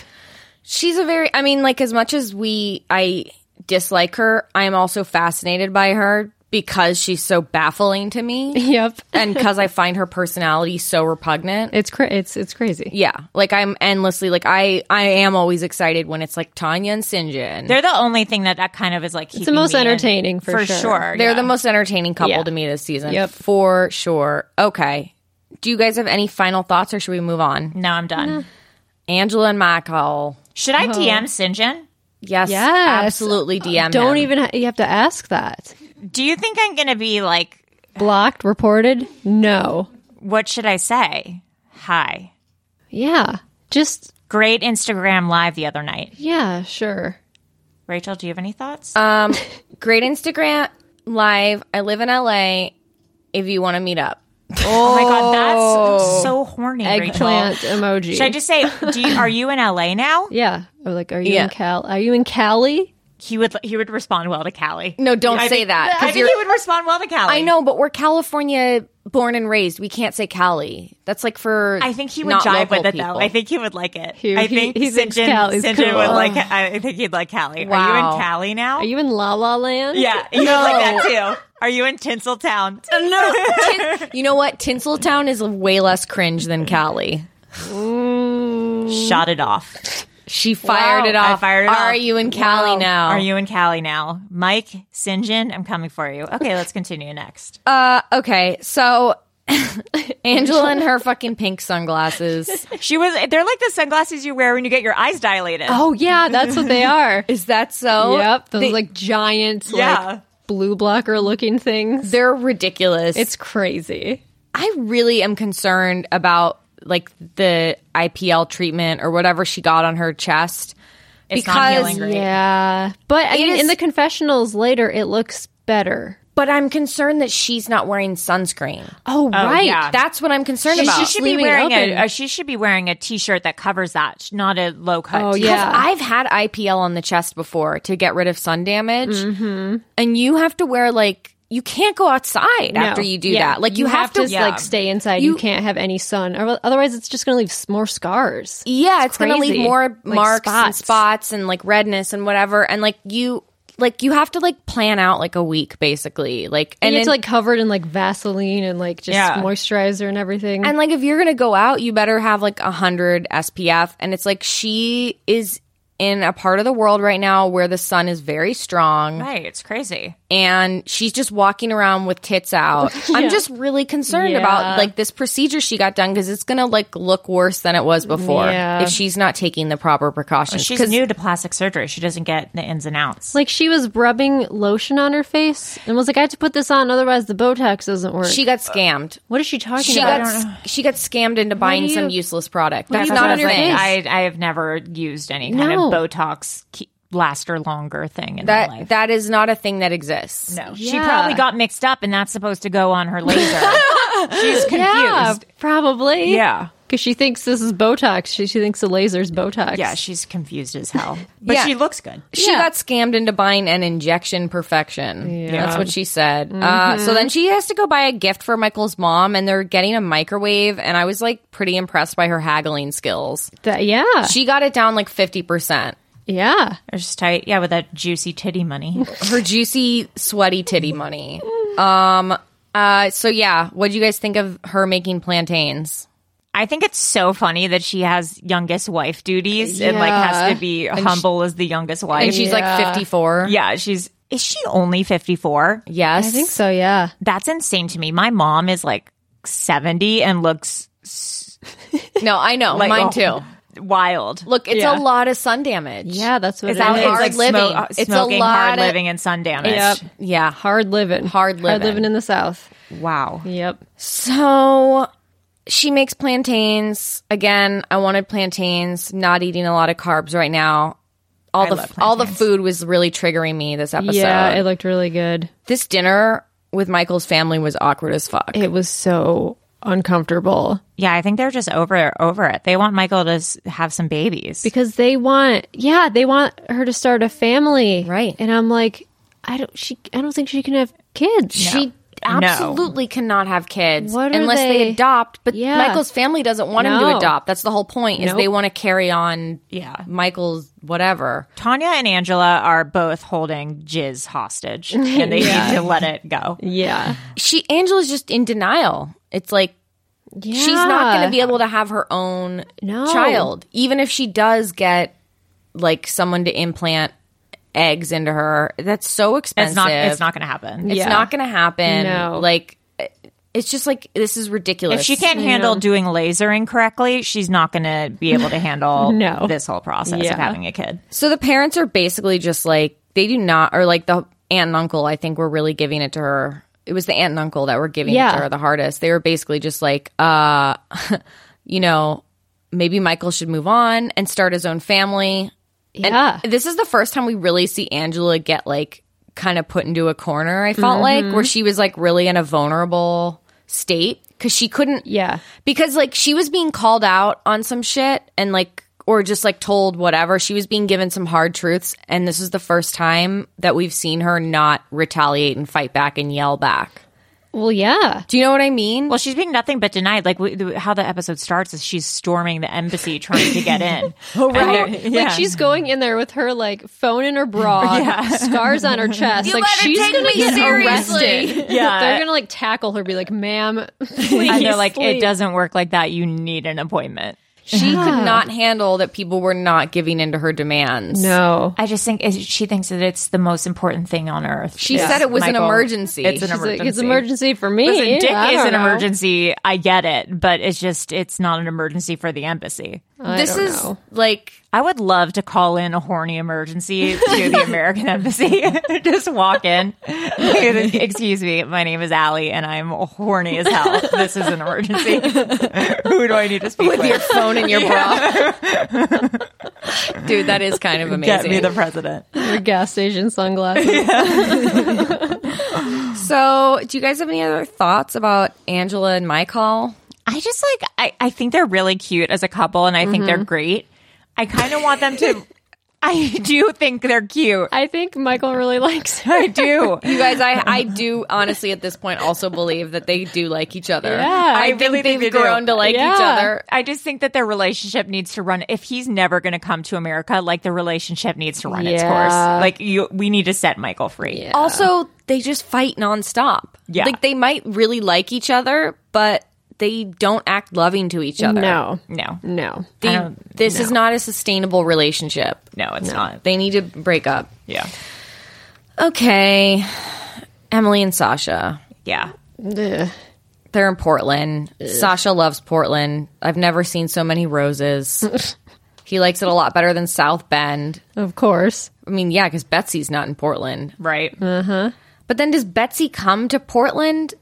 she's a very i mean like as much as we i dislike her i'm also fascinated by her because she's so baffling to me *laughs* Yep. and *laughs* because i find her personality so repugnant It's cra- it's it's crazy. yeah like i'm endlessly like i i am always excited when it's like tanya and sinjin they're the only thing that that kind of is like it's most entertaining, for sure. They're the most entertaining couple Yeah. to me this season Yep. for sure okay do you guys have any final thoughts or should we move on no i'm done angela and michael should Uh-huh. i dm sinjin yes, Yes. absolutely dm Don't him. even ha- you have to ask that. do you think i'm gonna be like Blocked, reported? No. what should i say hi Yeah. Just great instagram live the other night yeah, sure. rachel do you have any thoughts Um, great Instagram live. I live in LA. If you want to meet up, oh my god that's so horny Oh. Eggplant rachel. emoji. should i just say do you, are you in la now Yeah. Or like are you Yeah. in Cal? Are you in Cali? he would he would respond well to Callie. no, don't say that. I 'cause think you're- he would respond well to Callie. I know, but we're California born and raised. We can't say Cali. That's like for. I think he would not jive local with it people. though. I think *laughs* he would like it. He- I he- think he thinks Sinjin, Callie's Sinjin cool. would like. I think he'd like Callie. Are you Wow. in Cali now? Are you in La La Land? yeah, he would like that too. Are you in Tinseltown? no. Tin- you know what? Tinseltown is way less cringe than Cali. Shot it off. She fired Wow. it off. I fired it Are off. you in Cali now? Are you in Cali now, Mike Sinjin? I'm coming for you. Okay, let's continue next. Uh, okay, so. *laughs* Angela and her fucking pink *laughs* sunglasses. She was. They're like the sunglasses you wear when you get your eyes dilated. *laughs* Oh yeah, that's what they are. Is that so? yep. Those They- like giant yeah. like blue blocker looking things. They're ridiculous. It's crazy. I really am concerned about like the IPL treatment or whatever she got on her chest. It's not healing great. Yeah. But I It mean, is- in the confessionals later, it looks better. But I'm concerned that she's not wearing sunscreen. Oh, right. yeah. That's what I'm concerned She, about. she should be wearing a, a she should be wearing a t shirt that covers that, sh- not a low cut. Oh, t-shirt. yeah. I've had IPL on the chest before to get rid of sun damage, Mm-hmm. and you have to wear like you can't go outside No. after you do Yeah. that. Like you, have, to like stay inside. You, can't have any sun, or otherwise it's just going to leave s- more scars. Yeah, it's, gonna leave crazy. more Like marks and spots and like redness and whatever. And like you, like you have to like plan out like a week basically. Like And, it's in- like covered in like Vaseline and like just Yeah. moisturizer and everything. and like if you're gonna go out, you better have like a hundred SPF. And it's like she is in a part of the world right now where the sun is very strong. Right, it's crazy. And she's just walking around with tits out. I'm *laughs* Yeah. just really concerned Yeah. about like this procedure she got done because it's gonna like look worse than it was before Yeah. if she's not taking the proper Well, precautions. she's 'Cause- new to plastic surgery. She doesn't get the ins and outs. like she was rubbing lotion on her face and was like, "I have to put this on, otherwise the Botox doesn't work." She got scammed. Uh, What is she talking she about? I Got, don't s- she got scammed into buying do some you- useless product. what That's do you not put a on your thing. face? I I have never used any kind No. of Botox ke- laster longer thing in my life. That that is not a thing that exists. No, She probably got mixed up, and that's supposed to go on *laughs* her laser. She's confused. Yeah, probably. Yeah. because she thinks this is Botox. She, she thinks the laser's Botox. Yeah, she's confused as hell. *laughs* But Yeah. she looks good. She got scammed into buying an injection perfection. That's what she said. Uh, Mm-hmm. so then she has to go buy a gift for Michael's mom, and they're getting a microwave. And I was like pretty impressed by her haggling skills. That- yeah, She got it down like fifty percent. yeah. They're just tight. Yeah, with that juicy titty *laughs* money. Her juicy, sweaty titty money. Um. Uh. So yeah, what do you guys think of her making plantains? I think it's so funny that she has youngest wife duties and like has Yeah. to be And humble as the youngest wife. and she's, like, Yeah. 54. Yeah, she's is she only 54? Yes. I think so, yeah. That's insane to me. My mom is like 70 and looks s- No, I know. like Mine oh, too. Wild. Look, it's a Yeah. lot of sun damage. Yeah, that's what It's it out- is. it's like living. smoke- It's a smoking, lot hard of- living, and sun damage. Yep. Yeah. Hard living. Hard living. Hard living in the South. Wow. Yep. So she makes plantains. Again, I wanted plantains. Not eating a lot of carbs right now. All I the love all the food was really triggering me this episode. Yeah, it looked really good. this dinner with Michael's family was awkward as fuck. It was so uncomfortable Yeah, I think they're just over over it. They want Michael to s- have some babies. because they want, yeah, they want her to start a family, right? And I'm like, I don't, she, I don't think she can have kids. She absolutely cannot have kids What are unless they? they- adopt. But Yeah. Michael's family doesn't want him to No. adopt. That's the whole point. Is Nope. they want to carry on. Yeah. Michael's whatever. Tanya and Angela are both holding Jizz hostage, and they need to let it go. Yeah. She Angela's just in denial. It's like she's not going to be able to have her own No. child, even if she does get like someone to implant eggs into her. That's so expensive. It's not. It's not going to happen. It's not going to happen. No. Like it's just like this is ridiculous. If she can't handle doing lasering correctly, she's not going to be able to handle No. this whole process Yeah. of having a kid. So the parents are basically just like they do not, or like the aunt and uncle. I think were really giving it to her. It was the aunt and uncle that were giving it Yeah. to her the hardest. They were basically just like, uh, *laughs* you know, maybe Michael should move on and start his own family. Yeah. And this is the first time we really see Angela get like kind of put into a corner. I felt like Mhm. where she was like really in a vulnerable state because she couldn't. Yeah. Because like she was being called out on some shit and like, or just like told whatever. She was being given some hard truths. And this is the first time that we've seen her not retaliate and fight back and yell back. Well, yeah. Do you know what I mean? Well, she's being nothing but denied. Like we, the, how the episode starts is she's storming the embassy trying to get in. oh Right? Like she's going in there with her like phone in her bra, scars on her chest. You like better she's take gonna me get seriously. arrested. *laughs* Yeah. they're gonna like tackle her, be like, "Ma'am, *laughs* please." and they're like, it leave." doesn't work like that. You need an appointment. She Yeah. could not handle that people were not giving into her demands. I just think it- she thinks that it's the most important thing on earth. She Is said it was an Michael- emergency. It's an She's like, emergency. "It's emergency for me. Listen, dick I is don't an know." emergency. I get it, but it's just it's not an emergency for the embassy. I this don't is know. like I would love to call in a horny emergency to *laughs* the American embassy. *laughs* Just walk in. *laughs* Excuse me, my name is Allie and I'm horny as hell. This is an emergency. *laughs* Who do I need to speak with? your phone in *laughs* your bra. *laughs* Dude, that is kind of amazing. *laughs* Get me the president. Your gas station sunglasses. So, do you guys have any other thoughts about Angela and my call? I just like I, I think they're really cute as a couple and I think Mm-hmm. they're great. I kind of want *laughs* them to I do think they're cute. I think Michael really likes her. *laughs* I do. You guys, I, I do honestly at this point also believe that they do like each other. Yeah, I, I think really they've think they do. grown to like each Yeah. other. Ah, I just think that their relationship needs to run. If he's never going to come to America, like the relationship needs to run its Yeah. course. Like you, we need to set Michael free. Also, they just fight nonstop. Yeah. Like they might really like each other, but they don't act loving to each other. No, No, no. They- I don't- this is not a sustainable relationship. no, it's not. They need to break up. Yeah, Okay. Emily and Sasha. yeah. Ugh. They're in Portland. Sasha loves Portland. I've never seen so many *laughs* roses. he likes it a lot better than South Bend. Of course. Uh. I mean, yeah, because Betsy's not in Portland. Right. But then does Betsy come to Portland?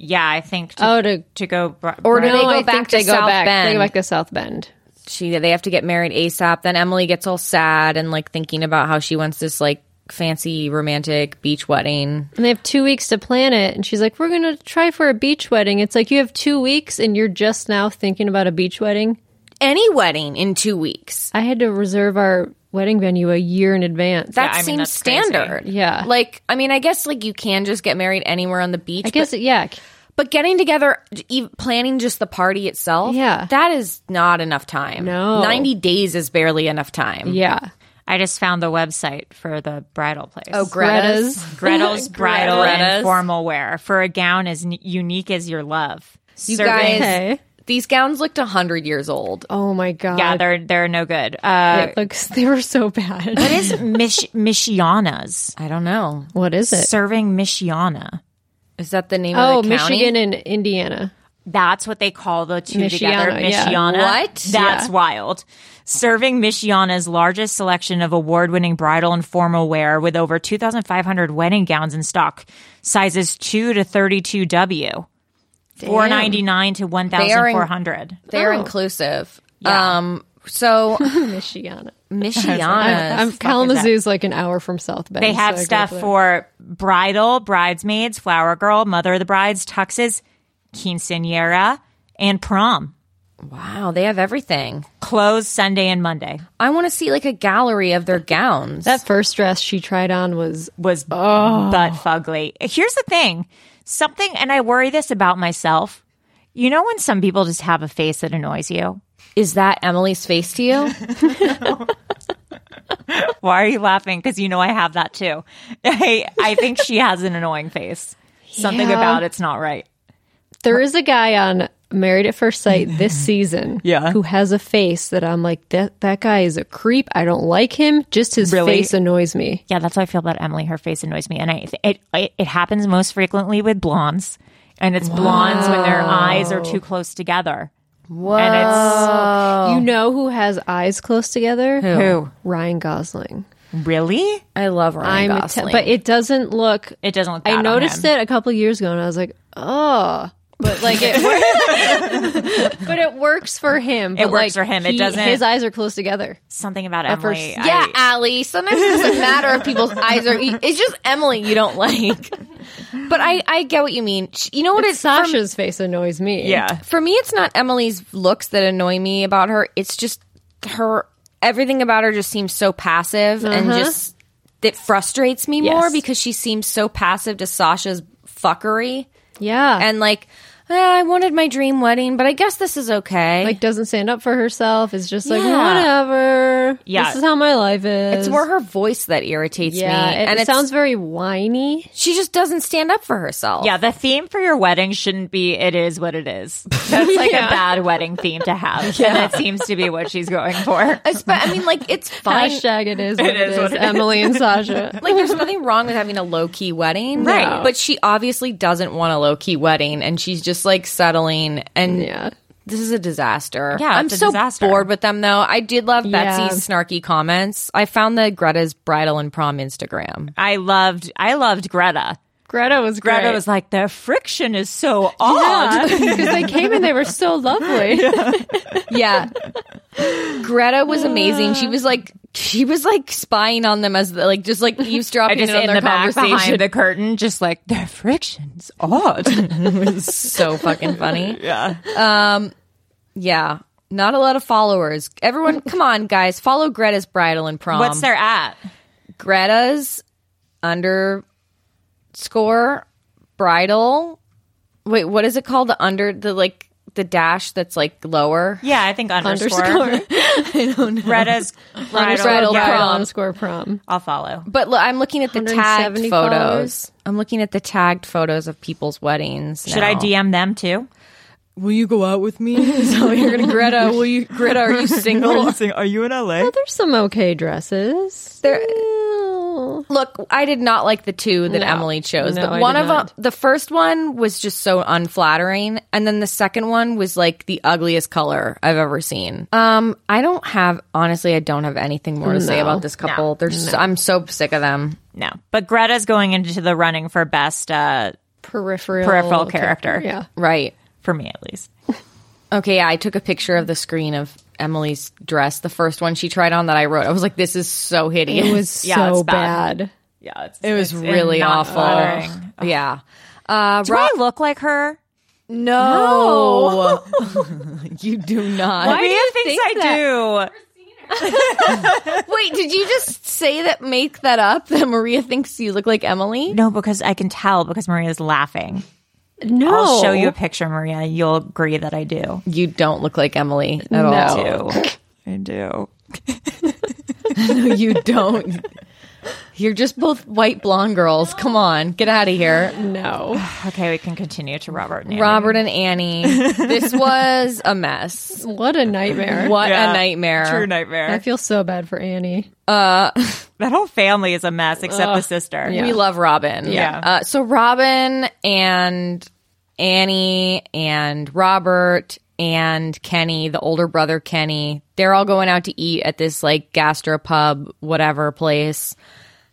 Yeah, I think. To, Oh, to- to go br- Or do br- they go I back think to they go South back. Bend? They go back to South Bend. She they have to get married ASAP. Then Emily gets all sad and like thinking about how she wants this like fancy romantic beach wedding. And they have two weeks to plan it. And she's like, we're going to try for a beach wedding. It's like, you have two weeks and you're just now thinking about a beach wedding. Any wedding in two weeks. I had to reserve our wedding venue a year in advance. That I mean, seems that's crazy. standard. Yeah. Like I mean, I guess like you can just get married anywhere on the beach. I guess, but, yeah. but getting together, e- planning just the party itself. Yeah. That is not enough time. No. ninety days is barely enough time. Yeah. I just found the website for the bridal place. Oh, Greta's. *laughs* Gretel's bridal Greta's. and formal wear for a gown as n- unique as your love. You Serving- guys, Okay. these gowns looked 100 years old. Oh my God. yeah, they're they're no good. Uh, It looks, *laughs* they were so bad. what is Mich- Michiana's I don't know. what is it? serving Michiana? Is that the name Oh, of the county? Michigan and Indiana. That's what they call the two together. Michiana, yeah. Michiana. What? That's wild. Serving Michiana's largest selection of award winning bridal and formal wear with over 2,500 wedding gowns in stock, sizes 2 to 32W. 499 to 1,400. They're Oh. inclusive. Um, so *laughs* Michiana. Michiana. I'm, Kalamazoo's like an hour from South Bend. They have so I go stuff there. for bridal, bridesmaids, flower girl, mother of the brides, tuxes, quinceanera, and prom. wow, they have everything. Closed Sunday and Monday. I want to see like a gallery of their gowns. That first dress she tried on was was Oh. butt fugly. Here's the thing something, and I worry this about myself. You know, when some people just have a face that annoys you? is that Emily's face to *laughs* you? Why are you laughing? Because you know I have that too. *laughs* I, I think she has an annoying face. Something Yeah. about it's not right. There is a guy on Married at First Sight *laughs* this season Yeah. who has a face that I'm like, that, that guy is a creep. I don't like him. Just his Really? face annoys me. Yeah, that's how I feel about Emily. Her face annoys me, and I it it, it happens most frequently with blondes, and it's blondes when their eyes are too close together. Whoa! And You know who has eyes close together? it's who Ryan Gosling. really? I love Ryan I'm a te- Gosling. but it doesn't look. It doesn't look. Bad I on noticed him. it a couple years ago, and I was like, oh. But like it, *laughs* but it works for him. but, works like, for him. It he- doesn't- His eyes are close together. Something about first- Emily. I- yeah, Allie. Sometimes it doesn't matter *laughs* if people's eyes are. e-, It's just Emily you don't like. But I, I get what you mean. Sh- You know what? It's, for Sasha's face annoys me. yeah. For me, it's not Emily's looks that annoy me about her. It's just her everything about her just seems so passive and Uh-huh. just it frustrates me more because she seems so passive to Sasha's fuckery yeah. and like "Eh, I wanted my dream wedding, but I guess this is okay. like doesn't stand up for herself is just like Yeah. whatever. Yeah. This is how my life is. it's more her voice that irritates yeah, me, it, and it it sounds very whiny. she just doesn't stand up for herself. Yeah, the theme for your wedding shouldn't be it is what it is. *laughs* That's like a bad wedding theme to have. And that seems to be what she's going *laughs* for. I, spe- I mean, like *laughs* it's fine. Hashtag it is what is it what is. it Emily and Sasha. like there's nothing wrong with having a low key wedding, Right. But she obviously doesn't want a low key wedding, and she's just like settling. And yeah. this is a disaster. Yeah, I'm it's a so disaster. bored with them though. I did love Yeah. Betsy's snarky comments. I found the Greta's bridal and prom Instagram. I loved I loved Greta. Greta was Greta great. was like the friction is so *laughs* odd because they came and they were so lovely. yeah. *laughs* Greta was amazing. She was like she was like spying on them as the, like just *laughs* like *laughs* I eavesdropping just in on in their the back conversation. *laughs* behind the curtain, just like the friction's *laughs* odd. it was so fucking funny. Yeah. Um yeah. Not a lot of followers. *laughs* Everyone, come on, guys, follow Greta's bridal and prom. What's their at? Greta's underscore bridal. Wait, what is it called? The under the like the dash that's like lower. Yeah, I think underscore. *laughs* I don't know. Greta's bridal, Bridal prom. Score prom. I'll follow. But look, I'm looking at the tagged 170 photos. followers. I'm looking at the tagged photos of people's weddings. Should I now. DM them too? Will you go out with me? *laughs* so you're *laughs* gonna Greta. Will you Greta? *laughs* Are you single? Are you in LA? There's some okay dresses. There- Look, I did not like the two that No. Emily chose. No, but I one did of not. them, the first one was just so unflattering, and then the second one was like the ugliest color I've ever seen. Um, I don't have honestly, I don't have anything more to say No. about this couple. They're so, I'm so sick of them. No. But Greta's going into the running for best uh, Peripheral peripheral character. Yeah. Right. For me, at least. Okay, yeah, I took a picture of the screen of Emily's dress, the first one she tried on that I wrote. I was like, this is so hideous. It *laughs* was Yeah, so it's bad. bad. Yeah. It's, It was really awful. Oh. Yeah. Uh, Do I look like her? no, *laughs* you do not. Maria thinks I do. Wait, did you just say that? Make that up? That Maria thinks you look like Emily? No, because I can tell because Maria's laughing. No. I'll show you a picture, Maria. You'll agree that I do. You don't look like Emily at I all. *laughs* do. I do. No, you don't. You're just both white blonde girls. Come on, get out of here. No. Okay, we can continue to Robert. and Annie. Robert and Annie. *laughs* This was a mess. What a nightmare. What Yeah. a nightmare. Uh, True nightmare. I feel so bad for Annie. *laughs* that whole family is a mess except the sister. We love Robin. Yeah. Uh, so Robin and Annie and Robert and Kenny, the older brother Kenny, they're all going out to eat at this like gastropub, whatever place.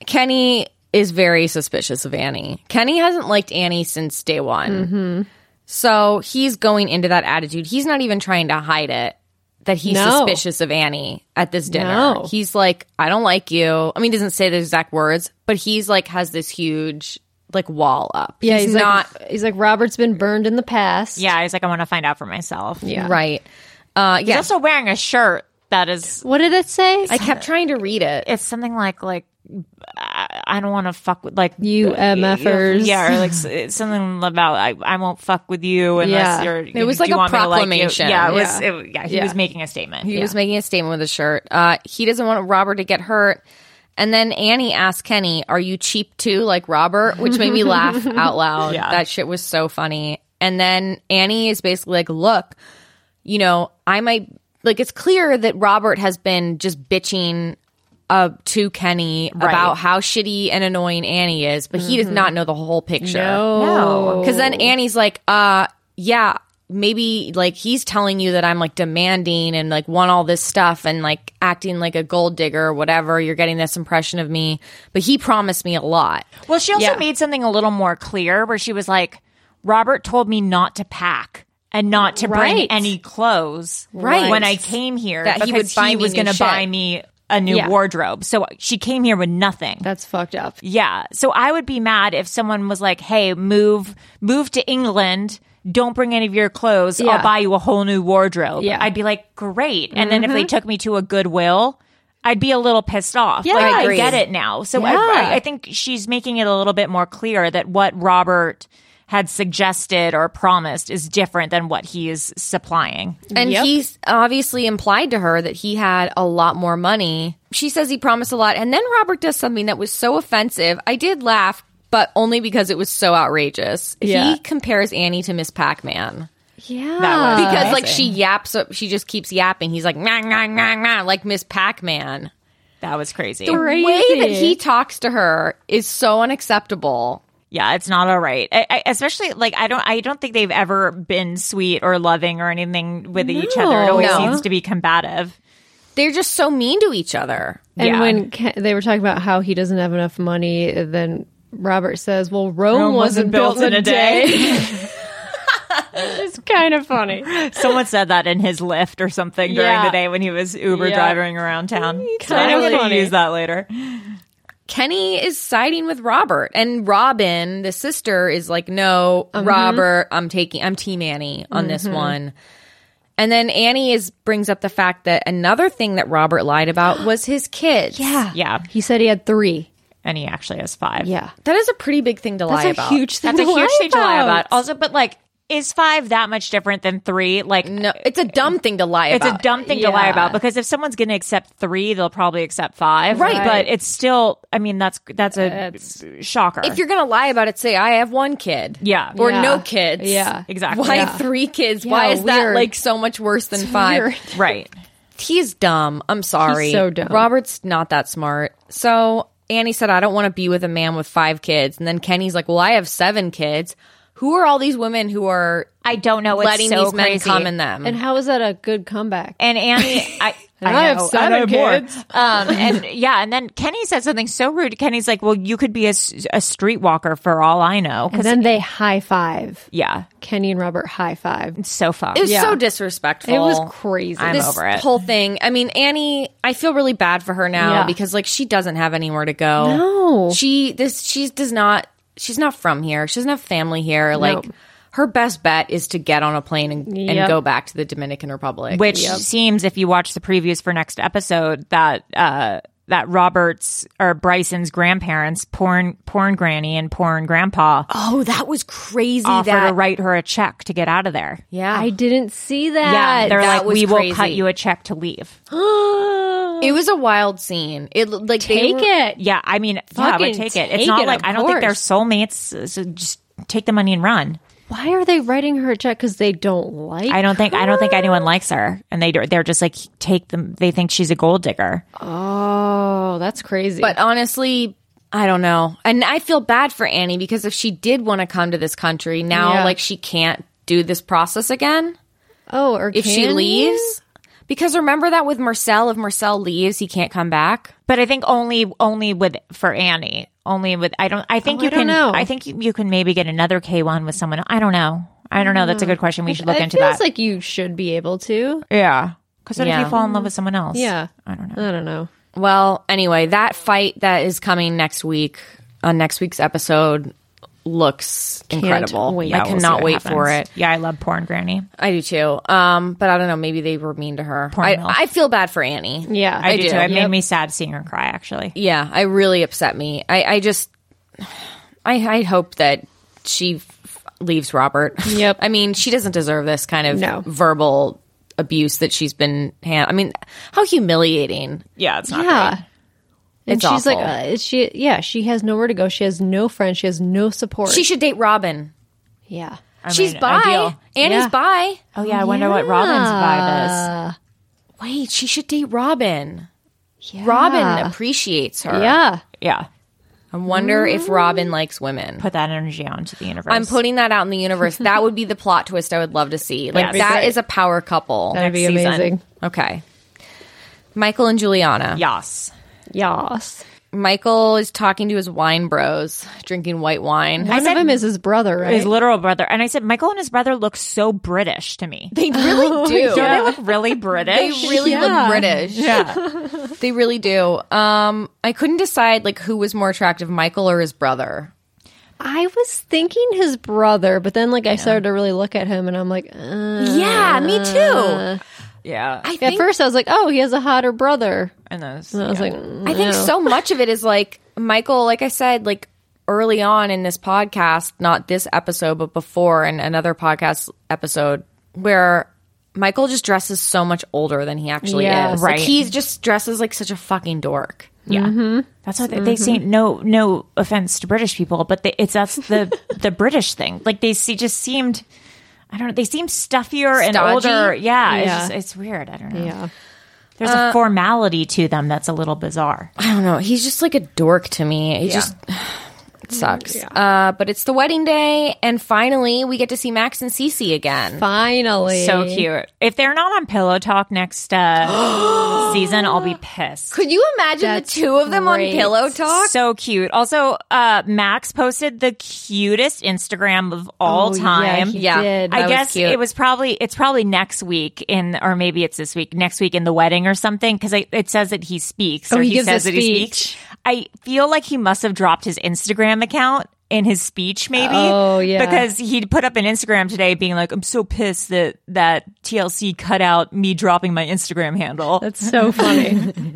Kenny is very suspicious of Annie. Kenny hasn't liked Annie since day one. So he's going into that attitude. He's not even trying to hide it that he's No. suspicious of Annie at this dinner. No. He's like, I don't like you. I mean, he doesn't say the exact words, but he's like has this huge like wall up. Yeah, he's, he's, not Like, he's like Robert's been burned in the past. Yeah, he's like, I want to find out for myself. Yeah. right. Uh, He's yeah, also wearing a shirt that is. What did it say? I kept trying to read it. It's something like like I I don't want to fuck with like You MFers. *laughs* Yeah, or like s- it's something about I, I won't fuck with you unless Yeah. you're. It was do like you a want me to like you? proclamation. yeah, it was. Yeah. It, yeah, he Yeah. was making a statement. He was making a statement with a shirt. Uh, he doesn't want Robert to get hurt. And then Annie asked Kenny, Are you cheap too, like Robert? Which made *laughs* me laugh out loud. Yeah. That shit was so funny. And then Annie is basically like, Look, you know, I might, like, it's clear that Robert has been just bitching uh, to Kenny about how shitty and annoying Annie is, but he does not know the whole picture. Mm-hmm. No. Because then Annie's like, uh, yeah, maybe like he's telling you that I'm like demanding and like want all this stuff and like acting like a gold digger or whatever. You're getting this impression of me, but he promised me a lot. Well, she also Yeah. made something a little more clear where she was like, Robert told me not to pack and not to bring Right. any clothes Right. when I came here That he because would buy he me was new going to shit. buy me a new Yeah. wardrobe. So she came here with nothing. That's fucked up. yeah. So I would be mad if someone was like, "Hey, move move to England." Don't bring any of your clothes. Yeah. I'll buy you a whole new wardrobe. Yeah. Mm-hmm. I'd be like, great. And then if they took me to a Goodwill, I'd be a little pissed off. Yeah, like, I I, agree. get it now. So I- Yeah. I, I think she's making it a little bit more clear that what Robert had suggested or promised is different than what he is supplying. And Yep. he's obviously implied to her that he had a lot more money. She says he promised a lot. And then Robert does something that was so offensive. I did laugh, but only because it was so outrageous. Yeah. He compares Annie to Miss Pac Man. Yeah. That was- because like Amazing. she yaps she just keeps yapping he's like nah, nah, nah, nah, like miss pac-man That was crazy. the way that he talks to her is so unacceptable yeah, it's not all right. I, I, especially like I don't I don't think they've ever been sweet or loving or anything with each other. It No. always No. seems to be combative. They're just so mean to each other. And when Ke- they were talking about how he doesn't have enough money, then Robert says, "Well, Rome, Rome wasn't, built, in a day." *laughs* it's kind of funny. Someone said that in his lift or something during Yeah. the day when he was Uber Yeah. driving around town. So Kind I'm of gonna funny. use that later. Kenny is siding with Robert, and Robin, the sister, is like, "No, Mm-hmm. Robert, I'm taking, I'm Team Annie on this Mhm. one." And then Annie is brings up the fact that another thing that Robert lied *gasps* about was his kids. Yeah, yeah. He said he had three, and he actually has five. Yeah, that is a pretty big thing to That's lie a about. huge thing That's a to huge lie thing to lie about. about. Also, but like, is five that much different than three? Like, no, it's a dumb thing to lie It's about. a dumb thing to lie Yeah. about because if someone's going to accept three, they'll probably accept five, Right. But it's still, I mean, that's that's a shocker. If you're gonna lie about it, say I have one kid. Yeah. Or Yeah. no kids. Yeah. Exactly. Why Yeah. three kids? Yeah, Why is that weird. like so much worse than five? weird. Right. He's dumb. I'm sorry. He's so dumb. Robert's not that smart. So Annie said, I don't want to be with a man with five kids. And then Kenny's like, Well, I have seven kids. Who are all these women who are I don't know. It's letting so these men crazy. come in them? And how is that a good comeback? And Annie, I. And I have know, seven I know more. kids. Um, and yeah, and then Kenny said something so rude. Kenny's like, "Well, you could be a, s- a streetwalker for all I know." And then they high five. yeah, Kenny and Robert high five. It's so fun. It was so disrespectful. It was crazy. I'm this over it. whole thing. I mean, Annie, I feel really bad for her now Yeah. because like she doesn't have anywhere to go. No. She this she does not she's not from here. She doesn't have family here. Like Nope. her best bet is to get on a plane and, Yep. and go back to the Dominican Republic. which seems if you watch the previews for next episode that uh that Robert's or Bryson's grandparents, porn porn granny and porn grandpa, Oh, that was crazy offer to that- write her a check to get out of there. Yeah. I didn't see that. yeah, they're that like, was we crazy. will cut you a check to leave. it was a wild scene. It l- like they Take were- it. Yeah, I mean, yeah, I would Fucking take it. It's take not it, like of I don't think they're course. soulmates. So just take the money and run. Why are they writing her a check? Because they don't like. I don't think I don't think anyone likes her, and they they're just like take them. They think she's a gold digger. Oh, that's crazy. But honestly, I don't know. And I feel bad for Annie because if she did want to come to this country, now Yeah. like she can't do this process again. oh, or if she can leaves. you? Because remember that with Marcel, if Marcel leaves, he can't come back. But I think only only with for Annie. Only with I don't. I think Oh, you I don't can. know. I think you, you can maybe get another K one with someone. I don't know. I don't know. That's a good question. We should look it into feels that. like you should be able to. yeah. Because what if Yeah. you fall in love with someone else? Yeah. I don't know. I don't know. Well, anyway, that fight that is coming next week on next week's episode looks incredible. wait. I Yeah, we'll see cannot what wait for happens. it. Yeah, I love porn granny. I do too. Um, but I don't know. Maybe they were mean to her. Poor I, Mel. I feel bad for Annie. Yeah, I, do, too. It made Yep. me sad seeing her cry. Actually, Yeah, I really upset me. I, I just, I, I hope that she f- leaves Robert. Yep. I mean, she doesn't deserve this kind of No. verbal abuse that she's been. Hand- I mean, how humiliating. yeah, it's not. Yeah. great. And It's she's like, awful. uh, is she, yeah, she has nowhere to go. She has no friends. She has no support. She should date Robin. yeah. I she's mean, bi. ideal. Annie's Yeah. bi. Oh yeah, I wonder what Robin's vibe is. Wait, she should date Robin. Robin Yeah. appreciates her. Yeah. Yeah, I wonder if Robin likes women. put that energy onto the universe. I'm putting that out in the universe. That would be the plot twist I would love to see. Like That'd that be is great. a power couple. That'd be season. amazing. Okay. Michael and Juliana. Yas. Yas. Michael is talking to his wine bros, drinking white wine. One of them is his brother, right? His literal brother. And I said, Michael and his brother look so British *laughs* to me. They *laughs* really do. Don't they look really They British? really look British. Yeah. *laughs* they really do. Um, I couldn't decide like who was more attractive, Michael or his brother. I was thinking his brother, but then like I started to really look at him and I'm like, uh, yeah, me too. yeah. I At think first I was like, oh, he has a hotter brother. and those. And I was yeah. like, mm, I think so much of it is like Michael, like I said, like early on in this podcast, not this episode, but before in another podcast episode, where Michael just dresses so much older than he actually Yeah, is. Like, right. he just dresses like such a fucking dork. yeah. Mm-hmm. That's what they, they say. No, no offense to British people, but they, it's *laughs* that's the the British thing. Like they see, just seemed. I don't know. They seem stuffier and Stodgy? older. Yeah, Yeah. It's, just, it's weird. I don't know. Yeah. There's Uh, a formality to them that's a little bizarre. I don't know. He's just *sighs* like a dork to me. He just It sucks. Uh, but it's the wedding day, and finally we get to see Max and Cece again. Finally. So cute. If they're not on Pillow Talk next *gasps* uh, season, I'll be pissed. Could you imagine the two of them on Pillow Talk? So cute. Also, uh, Max posted the cutest Instagram of all Oh, yeah, time. he Yeah. did. I That was guess cute. it was probably it's probably next week in, or maybe it's this week, next week in the wedding or something, because it says that he speaks Oh, or he he, gives a says that he speech. speaks. I feel like he must have dropped his Instagram account. In his speech, maybe. Oh, yeah. Because he put up an Instagram today being like, I'm so pissed that that TLC cut out me dropping my Instagram handle. That's so funny.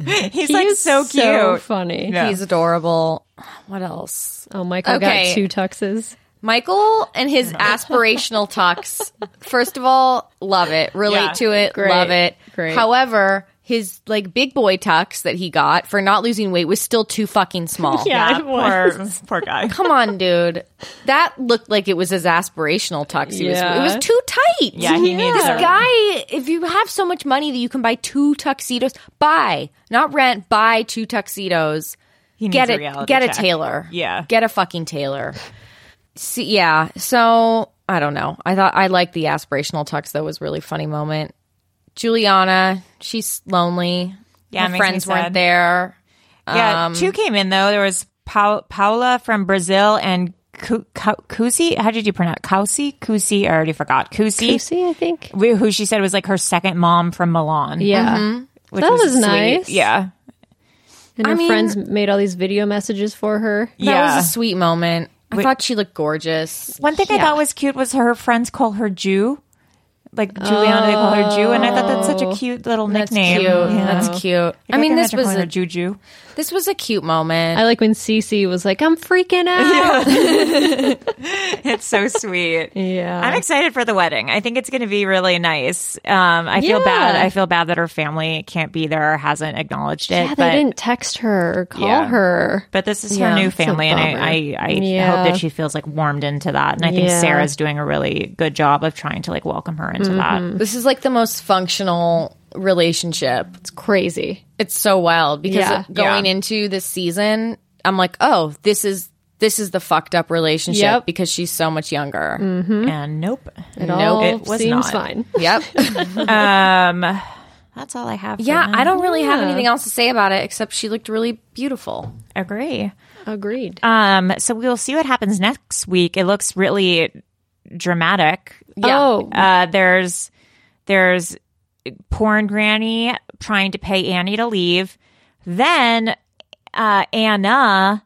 *laughs* He's He like is so cute. so funny. Yeah. He's adorable. *sighs* What else? Oh, Michael got Okay. two tuxes. Michael *laughs* and his aspirational talks. First of all, love it. Relate Yeah. to it. Great. Love it. Great. However, his like big boy tux that he got for not losing weight was still too fucking *laughs* small. Yeah, it poor, poor guy. Come on, dude. That looked like it was his aspirational tux. He Yeah. was, it was too tight. Yeah, he needs This to- guy, if you have so much money that you can buy two tuxedos, buy, not rent, buy two tuxedos. He get needs a it. reality get check. a tailor. Yeah. Get a fucking tailor. See, yeah. So I don't know. I thought I liked the aspirational tux. That was a really funny moment. Juliana, she's lonely. Yeah, it Her makes me friends weren't sad. there. Yeah, Um, two came in though. There was pa- Paula from Brazil and Ku- Ku- Kusi. How did you pronounce Kusi? Kusi, I already forgot. Kusi, Kusi, I think. Who she said was like her second mom from Milan. Mm-hmm. Yeah. Mhm. That was sweet. nice. Yeah, And I her mean- friends made all these video messages for her. That was a sweet moment. I thought she looked gorgeous. One thing I Yeah. thought was cute was her friends call her Jew. Like Juliana, they call her Jew, and I thought that's such Oh, a cute little That's nickname. cute. Yeah. That's cute. I, like mean, they this had to was call her a, Juju. this was a cute moment. I like when Cece was like, I'm freaking *laughs* out. *laughs* It's so sweet. Yeah. I'm excited for the wedding. I think it's going to be really nice. Um, I feel Yeah. bad. I feel bad that her family can't be there or hasn't acknowledged it. yeah, they but, didn't text her or call Yeah. her. but this is Yeah. her new It's a family, and bummer. I, I, I Yeah. hope that she feels like warmed into that. And I think Yeah. Sarah's doing a really good job of trying to like welcome her into Mm-hmm, that. this is like the most functional relationship. It's crazy. It's so wild because Yeah. it- going Yeah. into this season, I'm like, oh, this is this is the fucked up relationship Yep. Mm. because she's so much younger. And nope, It Nope. all It mm-hmm. was seems not. fine. *laughs* Yep. um, that's all I have. for yeah, now. I don't really have Yeah. anything else to say about it except she looked really beautiful. agree. Agreed. Um, so we'll see what happens next week. It looks really dramatic. Yeah. Oh, Uh, there's there's porn granny trying to pay Annie to leave. Then uh, Anna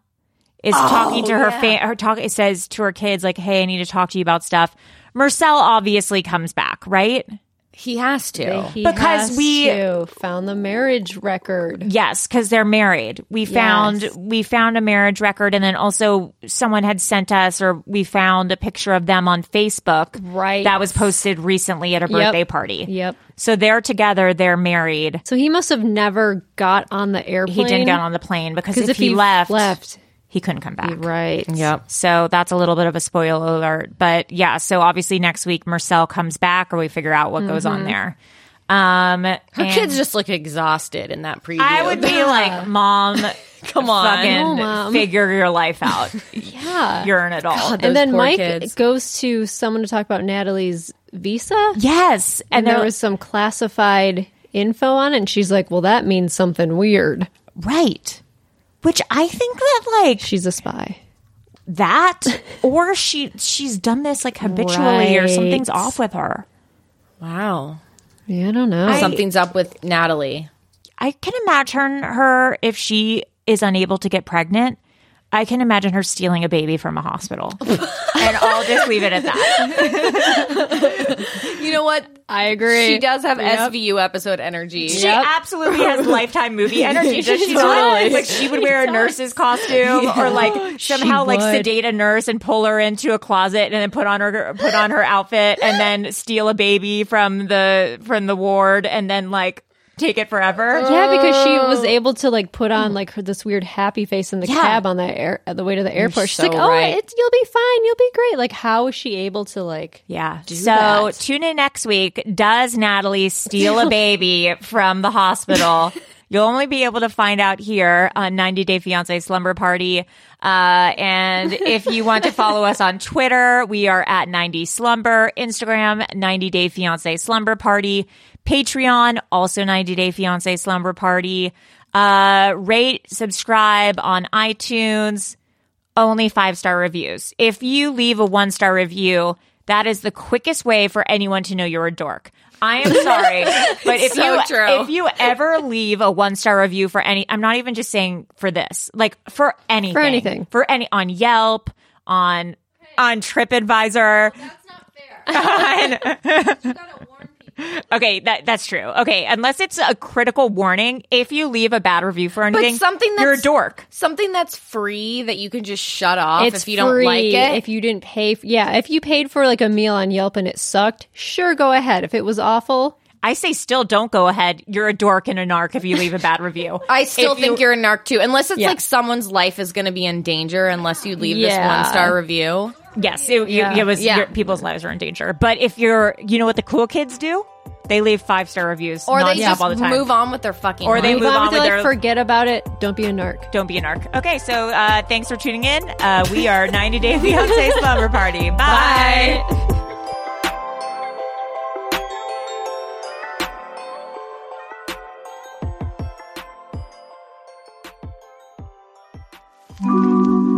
is talking to her fa- her talk it says to her kids like, "Hey, I need to talk to you about stuff." Marcel obviously comes back, right? He has to. he because has we- to. found the marriage record. Yes, because they're married. We found Yes. we found a marriage record, and then also someone had sent us, or we found a picture of them on Facebook, Right. That was posted recently at a birthday party. Yep. So they're together. They're married. So he must have never got on the airplane. He didn't get on the plane because if, he, left, he couldn't come back. right? Yep. So that's a little bit of a spoiler alert, but yeah. So obviously next week Marcel comes back, or we figure out what goes on there. Um, Her and kids just look exhausted in that preview. I would be like, Mom, *laughs* come on. fucking No, Mom." figure your life *laughs* out. Yeah. You're an adult. and then poor Mike kids. goes to someone to talk about Natalie's visa, and, yes, and, there they're- was some classified info on it. And she's like, "Well, that means something weird. right. Which I think that like She's a spy." that, or she she's done this like habitually, or something's Right. off with her. wow. Yeah, I don't know. Something's up with Natalie. I can imagine her if she is unable to get pregnant. I can imagine her stealing a baby from a *laughs* hospital, and I'll just leave it at that. You know what? I agree. She does have SVU episode energy. She absolutely has lifetime *laughs* movie energy. Does she does. not? Like she would wear a nurse's costume, or like somehow like would. sedate a nurse and pull her into a closet, and then put on her put on her outfit, and then steal a baby from the from the ward, and then like take it forever. Yeah, because she was able to like put on like her this weird happy face in the cab on the air at the way to the airport. She's so like, "Oh, right. it's, you'll be fine. You'll be great." Like, how was she able to like? Yeah. So that. *laughs* tune in next week. Does Natalie steal a baby from the hospital? You'll only be able to find out here on 90 Day Fiance Slumber Party. Uh, and if you want to follow us on Twitter, we are at 90 Slumber, Instagram, 90 Day Fiance Slumber Party, Patreon, also 90 Day Fiance Slumber Party. Uh, rate, subscribe on iTunes only five star reviews. If you leave a one star review, that is the quickest way for anyone to know you're a dork. I *laughs* am sorry, but if So you true. if you ever leave a one star review for any, I'm not even just saying for this, like for anything, anything. for any on Yelp, on on TripAdvisor. *laughs* that's not fair. Okay, that that's true. Okay, unless it's a critical warning, if you leave a bad review for anything, but something that's you're a dork. Something that's free that you can just shut off it's if you don't like free. it. If you didn't pay, f- yeah. If you paid for like a meal on Yelp and it sucked, sure, go ahead. If it was awful, I say still don't go ahead. You're a dork and a narc if you leave a *laughs* bad review. I still If you- think you, are a narc too, unless it's Yeah. like someone's life is going to be in danger unless you leave Yeah. this one star review. Yes, it, you- Yeah. it was Yeah. your- people's lives are in danger. But if you're, you know what the cool kids do? They leave five star reviews Or they nonstop just all the time. move on with their fucking Or they life. move on with like their. forget about it. Don't be a narc. Don't be a narc. Okay, so uh, thanks for tuning in. Uh, we are 90 Day Fiance Slumber Party. Bye.